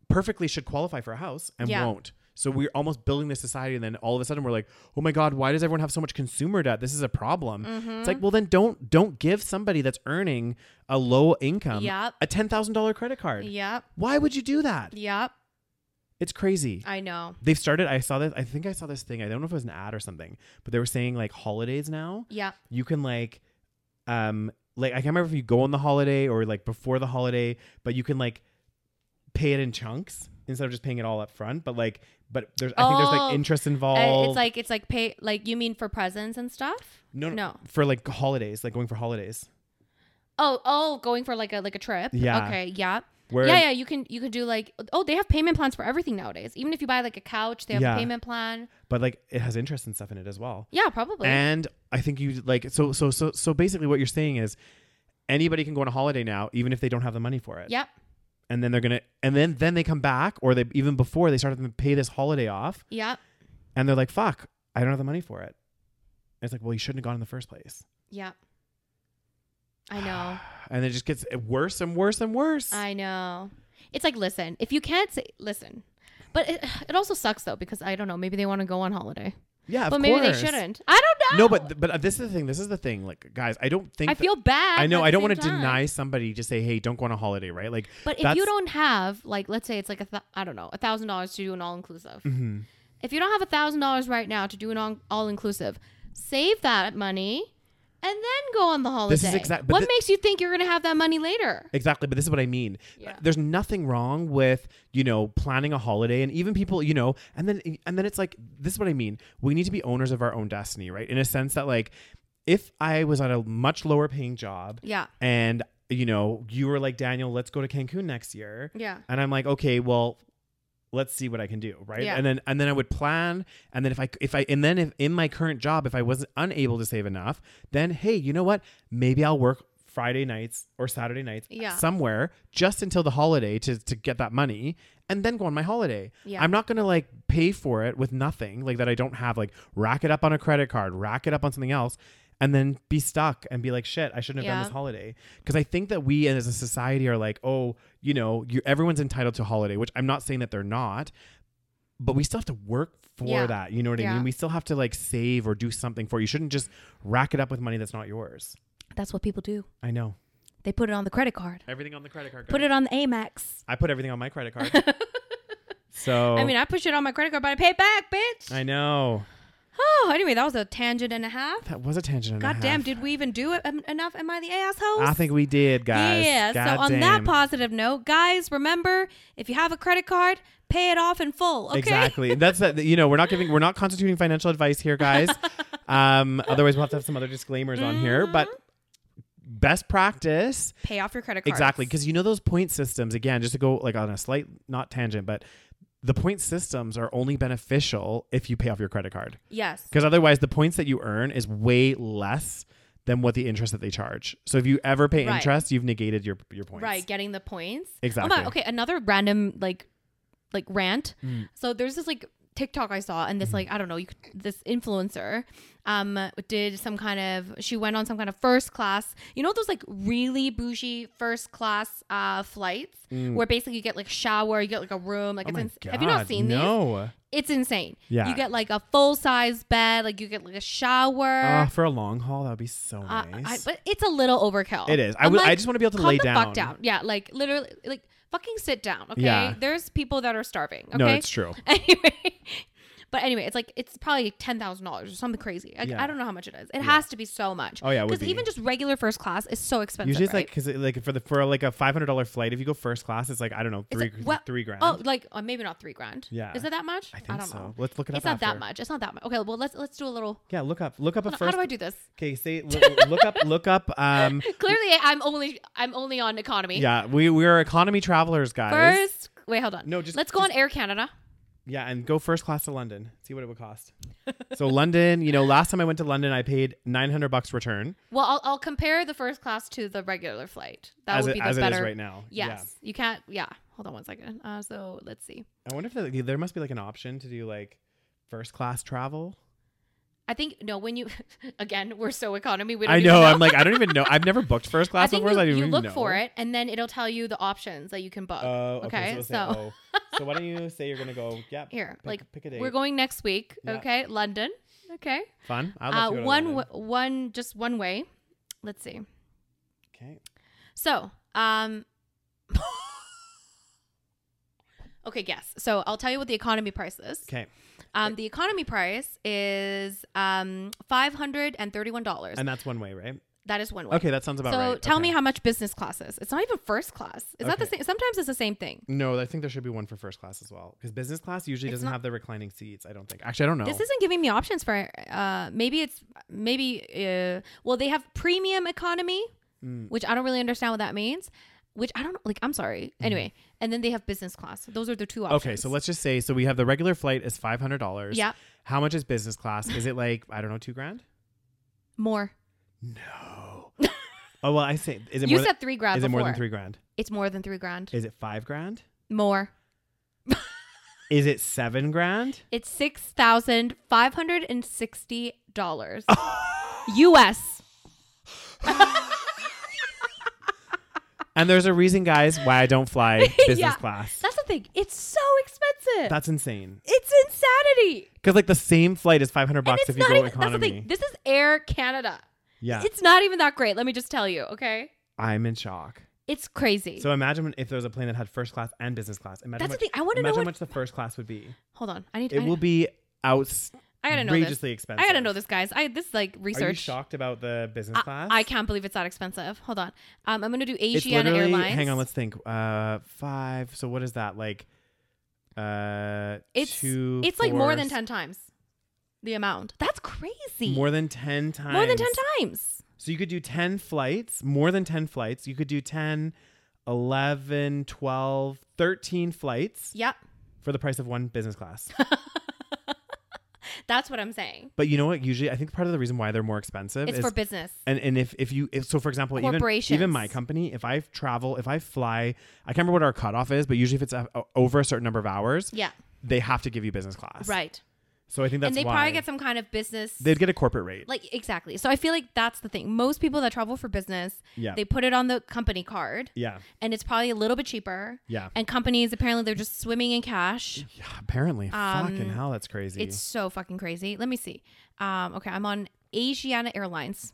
Speaker 3: perfectly should qualify for a house and
Speaker 2: Yeah.
Speaker 3: won't so we're almost building this society and then all of a sudden we're like oh my god why does everyone have so much consumer debt this is a problem
Speaker 2: Mm-hmm.
Speaker 3: it's like well then don't don't give somebody that's earning a low income
Speaker 2: Yep.
Speaker 3: a $10000 credit card
Speaker 2: yep
Speaker 3: why would you do that?
Speaker 2: yep
Speaker 3: It's crazy.
Speaker 2: i know
Speaker 3: They've started, I saw this, I think I saw this thing. I don't know if it was an ad or something, but they were saying like holidays now,
Speaker 2: yeah
Speaker 3: you can like, um, like I can't remember if you go on the holiday or like before the holiday, but you can like pay it in chunks instead of just paying it all up front. But like, but there's, I think there's
Speaker 2: Oh,
Speaker 3: like interest
Speaker 2: Uh,
Speaker 3: involved.
Speaker 2: it's like it's like pay like you mean for presents and stuff
Speaker 3: no, no,
Speaker 2: no.
Speaker 3: for like holidays, like going for holidays.
Speaker 2: oh oh going for like a like a trip
Speaker 3: Yeah.
Speaker 2: okay yeah
Speaker 3: Where,
Speaker 2: yeah, yeah, you can you can do like oh they have payment plans for everything nowadays. Even if you buy like a couch, they have
Speaker 3: Yeah.
Speaker 2: a payment plan.
Speaker 3: but like it has interest and stuff in it as well.
Speaker 2: Yeah, probably.
Speaker 3: And I think you like so so so so basically what you're saying is anybody can go on a holiday now even if they don't have the money for it.
Speaker 2: yep,
Speaker 3: And then they're going to and then then they come back or they even before they start to pay this holiday off
Speaker 2: yep,
Speaker 3: and they're like fuck, I don't have the money for it. And it's like, well, you shouldn't have gone in the first place.
Speaker 2: yep. I know.
Speaker 3: And it just gets worse and worse and worse.
Speaker 2: I know. It's like, listen, if you can't say, listen. But it, it also sucks though because I don't know. Maybe they want to go on holiday,
Speaker 3: yeah, of
Speaker 2: but maybe
Speaker 3: course.
Speaker 2: they shouldn't. I don't know.
Speaker 3: No, but but this is the thing. This is the thing. Like, guys, I don't think
Speaker 2: I
Speaker 3: that-
Speaker 2: feel bad.
Speaker 3: I know.
Speaker 2: at
Speaker 3: I
Speaker 2: the
Speaker 3: don't want
Speaker 2: same
Speaker 3: to
Speaker 2: time.
Speaker 3: deny somebody just say, "Hey, don't go on a holiday," right? Like,
Speaker 2: But if
Speaker 3: that's-
Speaker 2: you don't have like, let's say it's like a th- I don't know, a thousand dollars to do an all inclusive.
Speaker 3: Mhm.
Speaker 2: If you don't have a thousand dollars right now to do an all inclusive, save that money and then go on the holiday.
Speaker 3: is exact- but
Speaker 2: what
Speaker 3: thi-
Speaker 2: makes you think you're going to have that money later?
Speaker 3: Exactly, but this is what I mean.
Speaker 2: Yeah.
Speaker 3: There's nothing wrong with, you know, planning a holiday and even people, you know, and then and then it's like this is what I mean. We need to be owners of our own destiny, right? In a sense that like if I was on a much lower paying job
Speaker 2: Yeah,
Speaker 3: and you know, you were like, "Daniel, let's go to Cancun next year."
Speaker 2: yeah,
Speaker 3: And I'm like, "Okay, well, let's see what I can do," right?
Speaker 2: Yeah.
Speaker 3: And then and then I would plan and then if I if I and then if in my current job if I wasn't unable to save enough, then hey, you know what? Maybe I'll work Friday nights or Saturday nights
Speaker 2: Yeah.
Speaker 3: somewhere just until the holiday to to get that money and then go on my holiday.
Speaker 2: Yeah.
Speaker 3: I'm not going to like pay for it with nothing like that I don't have like rack it up on a credit card, rack it up on something else and then be stuck and be like shit, I shouldn't have done
Speaker 2: Yeah.
Speaker 3: this holiday. Cuz I think that we as a society are like, oh, you know, you everyone's entitled to a holiday, which I'm not saying that they're not, but we still have to work for
Speaker 2: Yeah.
Speaker 3: that. You know what I
Speaker 2: Yeah.
Speaker 3: mean? We still have to like save or do something for it. You shouldn't just rack it up with money that's not yours.
Speaker 2: that's what people do.
Speaker 3: I know.
Speaker 2: They put it on the credit card.
Speaker 3: Everything on the credit card.
Speaker 2: Put it on the Amex.
Speaker 3: I put everything on my credit card. so
Speaker 2: I mean, I pushed it on my credit card, but I paid back, bitch.
Speaker 3: I know
Speaker 2: oh, anyway, that was a tangent and a half.
Speaker 3: that was a tangent. and a
Speaker 2: God damn,
Speaker 3: half.
Speaker 2: did we even do it em- enough? Am I the asshole?
Speaker 3: I think we did, guys.
Speaker 2: Yeah.
Speaker 3: God
Speaker 2: so on that
Speaker 3: damn.
Speaker 2: positive note, guys, remember if you have a credit card, pay it off in full. Okay.
Speaker 3: Exactly. That's that. You know, we're not giving, we're not constituting financial advice here, guys. um, otherwise, we'll have to have some other disclaimers on here.
Speaker 2: Mm-hmm.
Speaker 3: But best practice,
Speaker 2: Pay off your credit card.
Speaker 3: exactly, because you know those point systems. Again, just to go like on a slight not tangent, but the point systems are only beneficial if you pay off your credit card,
Speaker 2: Yes.
Speaker 3: because otherwise, the points that you earn is way less than what the interest that they charge. So if you ever pay
Speaker 2: Right.
Speaker 3: interest, you've negated your your points.
Speaker 2: Right, getting the points. Oh
Speaker 3: Exactly.
Speaker 2: my, okay, another random like like rant.
Speaker 3: Mm.
Speaker 2: So there's this like TikTok I saw and
Speaker 3: Mm-hmm.
Speaker 2: this like I don't know, you could, this influencer um did some kind of she went on some kind of first class. You know those like really bougie first class uh flights where basically you get like shower, you get like a room, like
Speaker 3: Mm. Oh
Speaker 2: it's
Speaker 3: my
Speaker 2: ins- Have you not
Speaker 3: God,
Speaker 2: seen these?
Speaker 3: No.
Speaker 2: It's insane.
Speaker 3: Yeah.
Speaker 2: You get like a full size bed, like you get like a shower.
Speaker 3: Oh, for a long haul, that would be so
Speaker 2: Uh,
Speaker 3: nice.
Speaker 2: I, but it's a little overkill.
Speaker 3: It is. I
Speaker 2: I'm
Speaker 3: would- I just wanna be able to
Speaker 2: calm
Speaker 3: lay
Speaker 2: the
Speaker 3: down.
Speaker 2: Fuck down. Yeah, like literally, like fucking sit down. Okay,
Speaker 3: Yeah.
Speaker 2: there's people that are starving. Okay,
Speaker 3: No, it's true.
Speaker 2: anyway. But anyway, it's like it's probably ten thousand dollars or something crazy. Like,
Speaker 3: Yeah.
Speaker 2: I don't know how much it is. It has to be so much.
Speaker 3: Oh, yeah, it would
Speaker 2: because
Speaker 3: be.
Speaker 2: even just regular first class is so expensive.
Speaker 3: Usually it's
Speaker 2: right?
Speaker 3: like because like for the for like a five hundred dollar flight, if you go first class, it's like I don't know
Speaker 2: It's
Speaker 3: three
Speaker 2: like, well-
Speaker 3: three grand.
Speaker 2: Oh, like uh, maybe not three grand.
Speaker 3: Yeah.
Speaker 2: is it that much?
Speaker 3: I think
Speaker 2: don't
Speaker 3: so.
Speaker 2: know.
Speaker 3: Let's look it
Speaker 2: It's
Speaker 3: up
Speaker 2: not that
Speaker 3: after.
Speaker 2: much. It's not that much. Okay, well let's let's do a little.
Speaker 3: yeah, look up look up a
Speaker 2: Hold on,
Speaker 3: first.
Speaker 2: How do I do this?
Speaker 3: Okay, say look, look up look up. Um,
Speaker 2: Clearly, I'm only I'm only on economy.
Speaker 3: yeah, we we are economy travelers, guys.
Speaker 2: First, wait, hold on.
Speaker 3: No, just-
Speaker 2: let's go on Air Canada.
Speaker 3: Yeah, and go first class to London. See what it would cost. so London, you know, last time I went to London, I paid nine hundred bucks return
Speaker 2: Well, I'll, I'll compare the first class to the regular flight. That
Speaker 3: as
Speaker 2: would
Speaker 3: it,
Speaker 2: be the
Speaker 3: as it
Speaker 2: better.
Speaker 3: is right now.
Speaker 2: Yes, you can't. Yeah, hold on one second. Uh, so let's see.
Speaker 3: Yeah, I wonder if there, there must be like an option to do like first class travel.
Speaker 2: I think no. When you again, we're so economy. We don't
Speaker 3: I
Speaker 2: even
Speaker 3: know. I'm like, I don't even know. I've never booked first
Speaker 2: I
Speaker 3: class
Speaker 2: think
Speaker 3: before.
Speaker 2: you,
Speaker 3: so I don't
Speaker 2: you
Speaker 3: even
Speaker 2: look
Speaker 3: know.
Speaker 2: for it, and then it'll tell you the options that you can book.
Speaker 3: Oh, okay.
Speaker 2: okay,
Speaker 3: So, we'll say,
Speaker 2: so-
Speaker 3: oh. so why don't you say you're gonna go? Yeah.
Speaker 2: Here,
Speaker 3: pick,
Speaker 2: like
Speaker 3: pick a date.
Speaker 2: we're going next week.
Speaker 3: Yeah.
Speaker 2: Okay, London. Okay,
Speaker 3: Fun. I
Speaker 2: uh,
Speaker 3: love
Speaker 2: one w- one just one way. Let's see.
Speaker 3: Okay.
Speaker 2: So, um Okay, guess. So, I'll tell you what the economy price is.
Speaker 3: Okay.
Speaker 2: Um the economy price is um $531.
Speaker 3: And that's one way, right?
Speaker 2: that is one way.
Speaker 3: Okay, that sounds about
Speaker 2: so,
Speaker 3: right.
Speaker 2: tell me
Speaker 3: Okay.
Speaker 2: how much business class is. It's not even first class. Is that the
Speaker 3: Okay.
Speaker 2: same? Sometimes it's the same thing.
Speaker 3: No, I think there should be one for first class as well because business class usually
Speaker 2: It's
Speaker 3: doesn't
Speaker 2: not-
Speaker 3: have the reclining seats. I don't think. Actually, I don't know.
Speaker 2: This isn't giving me options for uh maybe it's maybe uh well they have premium economy,
Speaker 3: Mm.
Speaker 2: which I don't really understand what that means, which I don't like I'm sorry. Anyway, and then they have business class. Those are the two options.
Speaker 3: Mm-hmm. okay. So let's just say so we have the regular flight is five hundred dollars.
Speaker 2: Yep.
Speaker 3: How much is business class? Is it like I don't know, two grand?
Speaker 2: more.
Speaker 3: No. oh well, I say is it
Speaker 2: You
Speaker 3: more
Speaker 2: said
Speaker 3: than,
Speaker 2: three grand.
Speaker 3: is it more than
Speaker 2: before.
Speaker 3: three grand?
Speaker 2: It's more than three grand.
Speaker 3: Is it five grand?
Speaker 2: more.
Speaker 3: Is it seven grand?
Speaker 2: It's six thousand five hundred and sixty dollars U.S.
Speaker 3: And there's a reason, guys, why I don't fly business
Speaker 2: Yeah.
Speaker 3: class.
Speaker 2: That's the thing. It's so expensive.
Speaker 3: That's insane.
Speaker 2: it's insanity.
Speaker 3: Because like the same flight is 500
Speaker 2: And
Speaker 3: bucks
Speaker 2: it's
Speaker 3: if you
Speaker 2: not
Speaker 3: go
Speaker 2: even. That's the
Speaker 3: economy.
Speaker 2: thing. This is Air Canada.
Speaker 3: yeah,
Speaker 2: It's not even that great. Let me just tell you. Okay.
Speaker 3: I'm in shock.
Speaker 2: It's crazy.
Speaker 3: So imagine if there was a plane that had first class and business class. Imagine
Speaker 2: That's
Speaker 3: much,
Speaker 2: the thing. I wanna know
Speaker 3: Imagine how
Speaker 2: what-
Speaker 3: much the first class would be.
Speaker 2: Hold on. I need.
Speaker 3: It
Speaker 2: I,
Speaker 3: will be outrageously
Speaker 2: I gotta know this.
Speaker 3: expensive.
Speaker 2: I gotta know this, guys. I this is like research.
Speaker 3: Are you shocked about the business
Speaker 2: I,
Speaker 3: class?
Speaker 2: I can't believe it's that expensive. Hold on. Um, I'm gonna do
Speaker 3: It's
Speaker 2: Asiana
Speaker 3: literally.
Speaker 2: Airlines.
Speaker 3: Hang on, let's think. Uh, five. So what is that like? Uh,
Speaker 2: It's
Speaker 3: two.
Speaker 2: it's like more
Speaker 3: four,
Speaker 2: than ten times the amount. That's crazy.
Speaker 3: More than ten times.
Speaker 2: More than ten times.
Speaker 3: So you could do 10 flights, more than 10 flights. You could do 10, 11, 12, 13 flights
Speaker 2: Yep.
Speaker 3: for the price of one business class.
Speaker 2: That's what I'm saying.
Speaker 3: but you know what? Usually, I think part of the reason why they're more expensive
Speaker 2: It's
Speaker 3: is
Speaker 2: for business.
Speaker 3: and, and if, if you if, so for example even even
Speaker 2: Corporations.
Speaker 3: my company if I travel if I fly I can't remember what our cutoff is but usually if it's a, over a certain number of hours
Speaker 2: Yeah.
Speaker 3: they have to give you business class
Speaker 2: Right.
Speaker 3: so I think that's
Speaker 2: and they
Speaker 3: why
Speaker 2: probably get some kind of business
Speaker 3: they'd get a corporate rate
Speaker 2: like exactly. So I feel like that's the thing. Most people that travel for business,
Speaker 3: Yeah.
Speaker 2: they put it on the company card
Speaker 3: yeah
Speaker 2: and it's probably a little bit cheaper.
Speaker 3: Yeah.
Speaker 2: And companies apparently they're just swimming in cash.
Speaker 3: yeah apparently
Speaker 2: Um,
Speaker 3: fucking hell that's crazy
Speaker 2: It's so fucking crazy. Let me see. Um, okay, I'm on Asiana Airlines.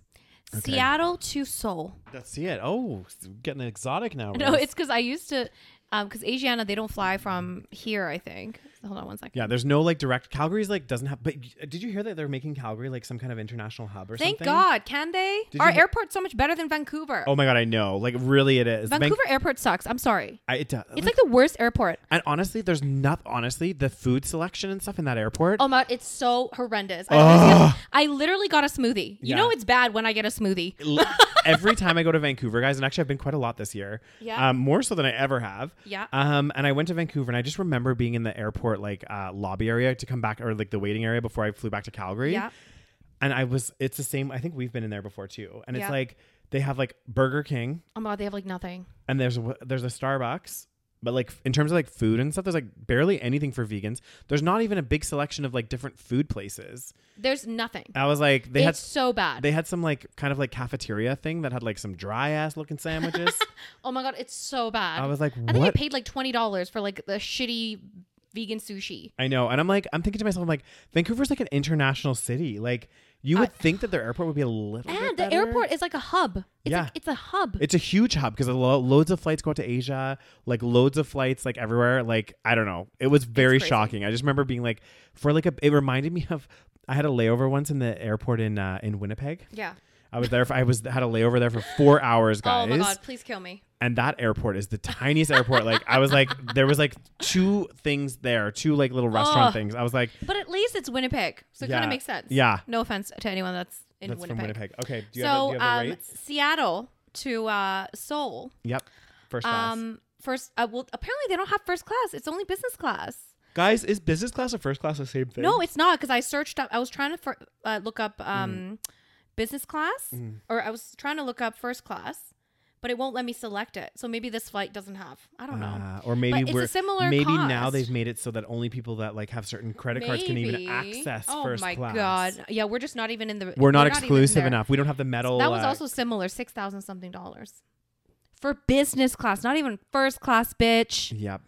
Speaker 3: Okay.
Speaker 2: Seattle to Seoul.
Speaker 3: Let's see it. Oh, it's getting exotic now.
Speaker 2: No,
Speaker 3: Rose.
Speaker 2: it's because I used to, because Asiana they don't fly from here. I think. Hold on one second.
Speaker 3: yeah. There's no like direct. Calgary's like doesn't have. But y- did you hear that they're making Calgary like some kind of international hub or
Speaker 2: Thank
Speaker 3: something?
Speaker 2: God. Can they?
Speaker 3: Did
Speaker 2: Our
Speaker 3: you hear-
Speaker 2: airport's so much better than Vancouver.
Speaker 3: Oh my God, I know. Like really, it is Banc-
Speaker 2: Vancouver airport sucks. I'm sorry.
Speaker 3: I, it does.
Speaker 2: It's like the worst airport.
Speaker 3: and honestly, there's not. Honestly, the food selection and stuff in that airport.
Speaker 2: Oh my, it's so horrendous. I, always get- I literally got a smoothie. You
Speaker 3: Yeah.
Speaker 2: know it's bad when I get a smoothie.
Speaker 3: L- every time I go to Vancouver, guys, and actually I've been quite a lot this year.
Speaker 2: Yeah.
Speaker 3: Um, more so than I ever have.
Speaker 2: Yeah.
Speaker 3: Um, and I went to Vancouver, and I just remember being in the airport like uh, lobby area to come back, or like the waiting area before I flew back to Calgary.
Speaker 2: Yeah.
Speaker 3: And I was, it's the same. I think we've been in there before too. And
Speaker 2: Yeah.
Speaker 3: it's like they have like Burger King,
Speaker 2: Oh my, God, they have like nothing.
Speaker 3: and there's a, there's a Starbucks. But like in terms of like food and stuff, there's like barely anything for vegans. There's not even a big selection of like different food places.
Speaker 2: There's nothing.
Speaker 3: I was like, Uh, they
Speaker 2: it's
Speaker 3: had
Speaker 2: so bad.
Speaker 3: they had some like kind of like cafeteria thing that had like some dry ass looking sandwiches.
Speaker 2: oh my god, it's so bad.
Speaker 3: I was like,
Speaker 2: I think I
Speaker 3: what?
Speaker 2: paid like twenty dollars for like the shitty vegan sushi.
Speaker 3: I know. And I'm like, I'm thinking to myself, I'm like, Vancouver's like an international city. Like, you would think that their airport would be a little bit
Speaker 2: And the
Speaker 3: better.
Speaker 2: airport is like a hub. It's
Speaker 3: Yeah.
Speaker 2: like, it's a hub.
Speaker 3: It's a huge hub because lo- loads of flights go out to Asia, like loads of flights, like everywhere. Like, I don't know. It was very
Speaker 2: crazy.
Speaker 3: shocking. I just remember being like, for like a, it reminded me of, I had a layover once in the airport in uh, in Winnipeg.
Speaker 2: yeah.
Speaker 3: I was there. For, I was had a layover there for four hours, guys.
Speaker 2: Oh my god, please kill me.
Speaker 3: and that airport is the tiniest airport. Like I was like, there was like two things there, two like little restaurant
Speaker 2: Ugh.
Speaker 3: things. I was like,
Speaker 2: But at least it's Winnipeg, so it
Speaker 3: Yeah.
Speaker 2: kind of makes sense.
Speaker 3: Yeah.
Speaker 2: No offense to anyone that's in
Speaker 3: that's
Speaker 2: Winnipeg.
Speaker 3: from Winnipeg. Okay, do you have,
Speaker 2: so
Speaker 3: do you have the
Speaker 2: um,
Speaker 3: rates?
Speaker 2: Seattle to uh, Seoul.
Speaker 3: Yep, first class.
Speaker 2: Um, first, uh, well, apparently they don't have first class. It's only business class.
Speaker 3: Guys, is business class or first class the same thing?
Speaker 2: No, it's not because I searched up. I was trying to fir- uh, look
Speaker 3: Mm.
Speaker 2: up um, business class, or I was trying to look up first class, but it won't let me select it. So maybe this flight doesn't have. I don't know.
Speaker 3: Ah, or maybe
Speaker 2: it's a
Speaker 3: we're
Speaker 2: similar
Speaker 3: maybe now
Speaker 2: cost.
Speaker 3: they've made it so that only people that like have certain credit cards can even
Speaker 2: Maybe.
Speaker 3: access
Speaker 2: oh
Speaker 3: first
Speaker 2: my
Speaker 3: class.
Speaker 2: god! Yeah, we're just not even in the.
Speaker 3: We're not
Speaker 2: even
Speaker 3: exclusive
Speaker 2: there.
Speaker 3: enough. We don't have the metal.
Speaker 2: That was
Speaker 3: uh,
Speaker 2: also similar, six thousand something dollars for business class, not even first class, bitch.
Speaker 3: Yep.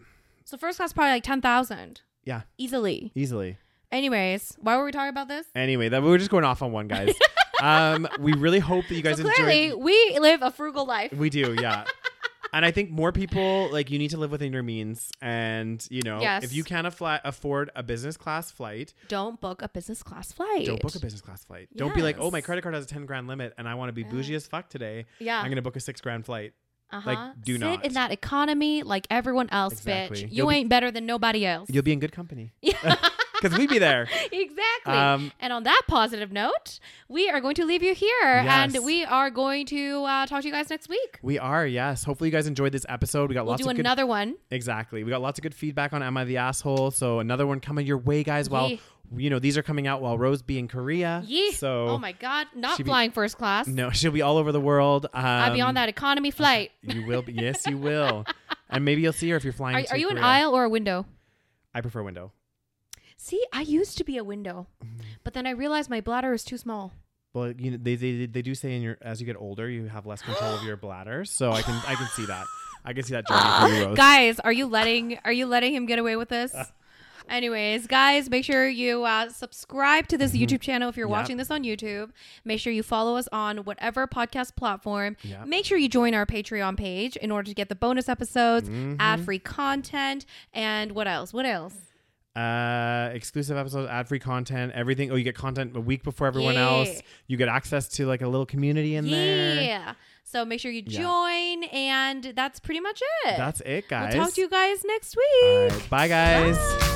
Speaker 2: So first class probably like ten thousand
Speaker 3: Yeah.
Speaker 2: easily.
Speaker 3: Easily.
Speaker 2: Anyways, why were we talking about this?
Speaker 3: Anyway, that we were just going off on one, guys. um, we really hope that you guys
Speaker 2: So
Speaker 3: enjoyed.
Speaker 2: clearly, we live a frugal life.
Speaker 3: We do, yeah. and I think more people like you need to live within your means, and you know,
Speaker 2: Yes.
Speaker 3: if you can't affla- afford a business class flight,
Speaker 2: Don't book a business class flight.
Speaker 3: don't book a business class flight. Don't be like, oh, my
Speaker 2: Yes.
Speaker 3: credit card has a ten grand limit, and I want to be bougie as fuck today.
Speaker 2: Yeah.
Speaker 3: I'm gonna book a six grand flight.
Speaker 2: Uh-huh.
Speaker 3: like, do
Speaker 2: Sit
Speaker 3: not.
Speaker 2: in that economy like everyone else,
Speaker 3: Exactly.
Speaker 2: bitch. You
Speaker 3: You'll be-
Speaker 2: ain't better than nobody else.
Speaker 3: You'll be in good company
Speaker 2: Yeah.
Speaker 3: because we'd be there.
Speaker 2: exactly.
Speaker 3: Um,
Speaker 2: and on that positive note, we are going to leave you here,
Speaker 3: Yes.
Speaker 2: and we are going to uh, talk to you guys next week.
Speaker 3: We are, yes. Hopefully, you guys enjoyed this episode. We got
Speaker 2: We'll
Speaker 3: lots
Speaker 2: do
Speaker 3: of good.
Speaker 2: another one.
Speaker 3: Exactly. We got lots of good feedback on Am I the Asshole? So another one coming your way, guys. While
Speaker 2: Yee.
Speaker 3: you know these are coming out while Rose be in Korea.
Speaker 2: Yeah.
Speaker 3: So
Speaker 2: oh my God, not
Speaker 3: she be-
Speaker 2: flying first class.
Speaker 3: no, she'll be all over the world. Um,
Speaker 2: I'd be on that economy flight.
Speaker 3: You will be. Yes, you will. and maybe you'll see her if you're flying.
Speaker 2: Are,
Speaker 3: to
Speaker 2: are you an
Speaker 3: Korea.
Speaker 2: aisle or a window?
Speaker 3: I prefer window.
Speaker 2: See, I used to be a window, Mm. but then I realized my bladder is too small.
Speaker 3: Well, you know, they, they they do say in your as you get older, you have less control of your bladder. So I can I can see that. I can see that journey for you, Rose.
Speaker 2: Ah, guys, are you letting are you letting him get away with this?
Speaker 3: Uh.
Speaker 2: Anyways, guys, make sure you uh, subscribe to this YouTube channel if you're
Speaker 3: Mm-hmm. Yep.
Speaker 2: watching this on YouTube. Make sure you follow us on whatever podcast platform.
Speaker 3: Yep.
Speaker 2: Make sure you join our Patreon page in order to get the bonus episodes,
Speaker 3: Mm-hmm.
Speaker 2: ad-free content, and what else? What else?
Speaker 3: Uh, exclusive episodes, ad free content, everything. Oh, you get content a week before everyone
Speaker 2: Yeah.
Speaker 3: else. You get access to like a little community in there.
Speaker 2: Yeah. So make sure you join, and that's pretty much it.
Speaker 3: That's it, guys.
Speaker 2: We'll talk to you guys next
Speaker 3: All
Speaker 2: week.
Speaker 3: right. Bye, guys.
Speaker 2: Bye.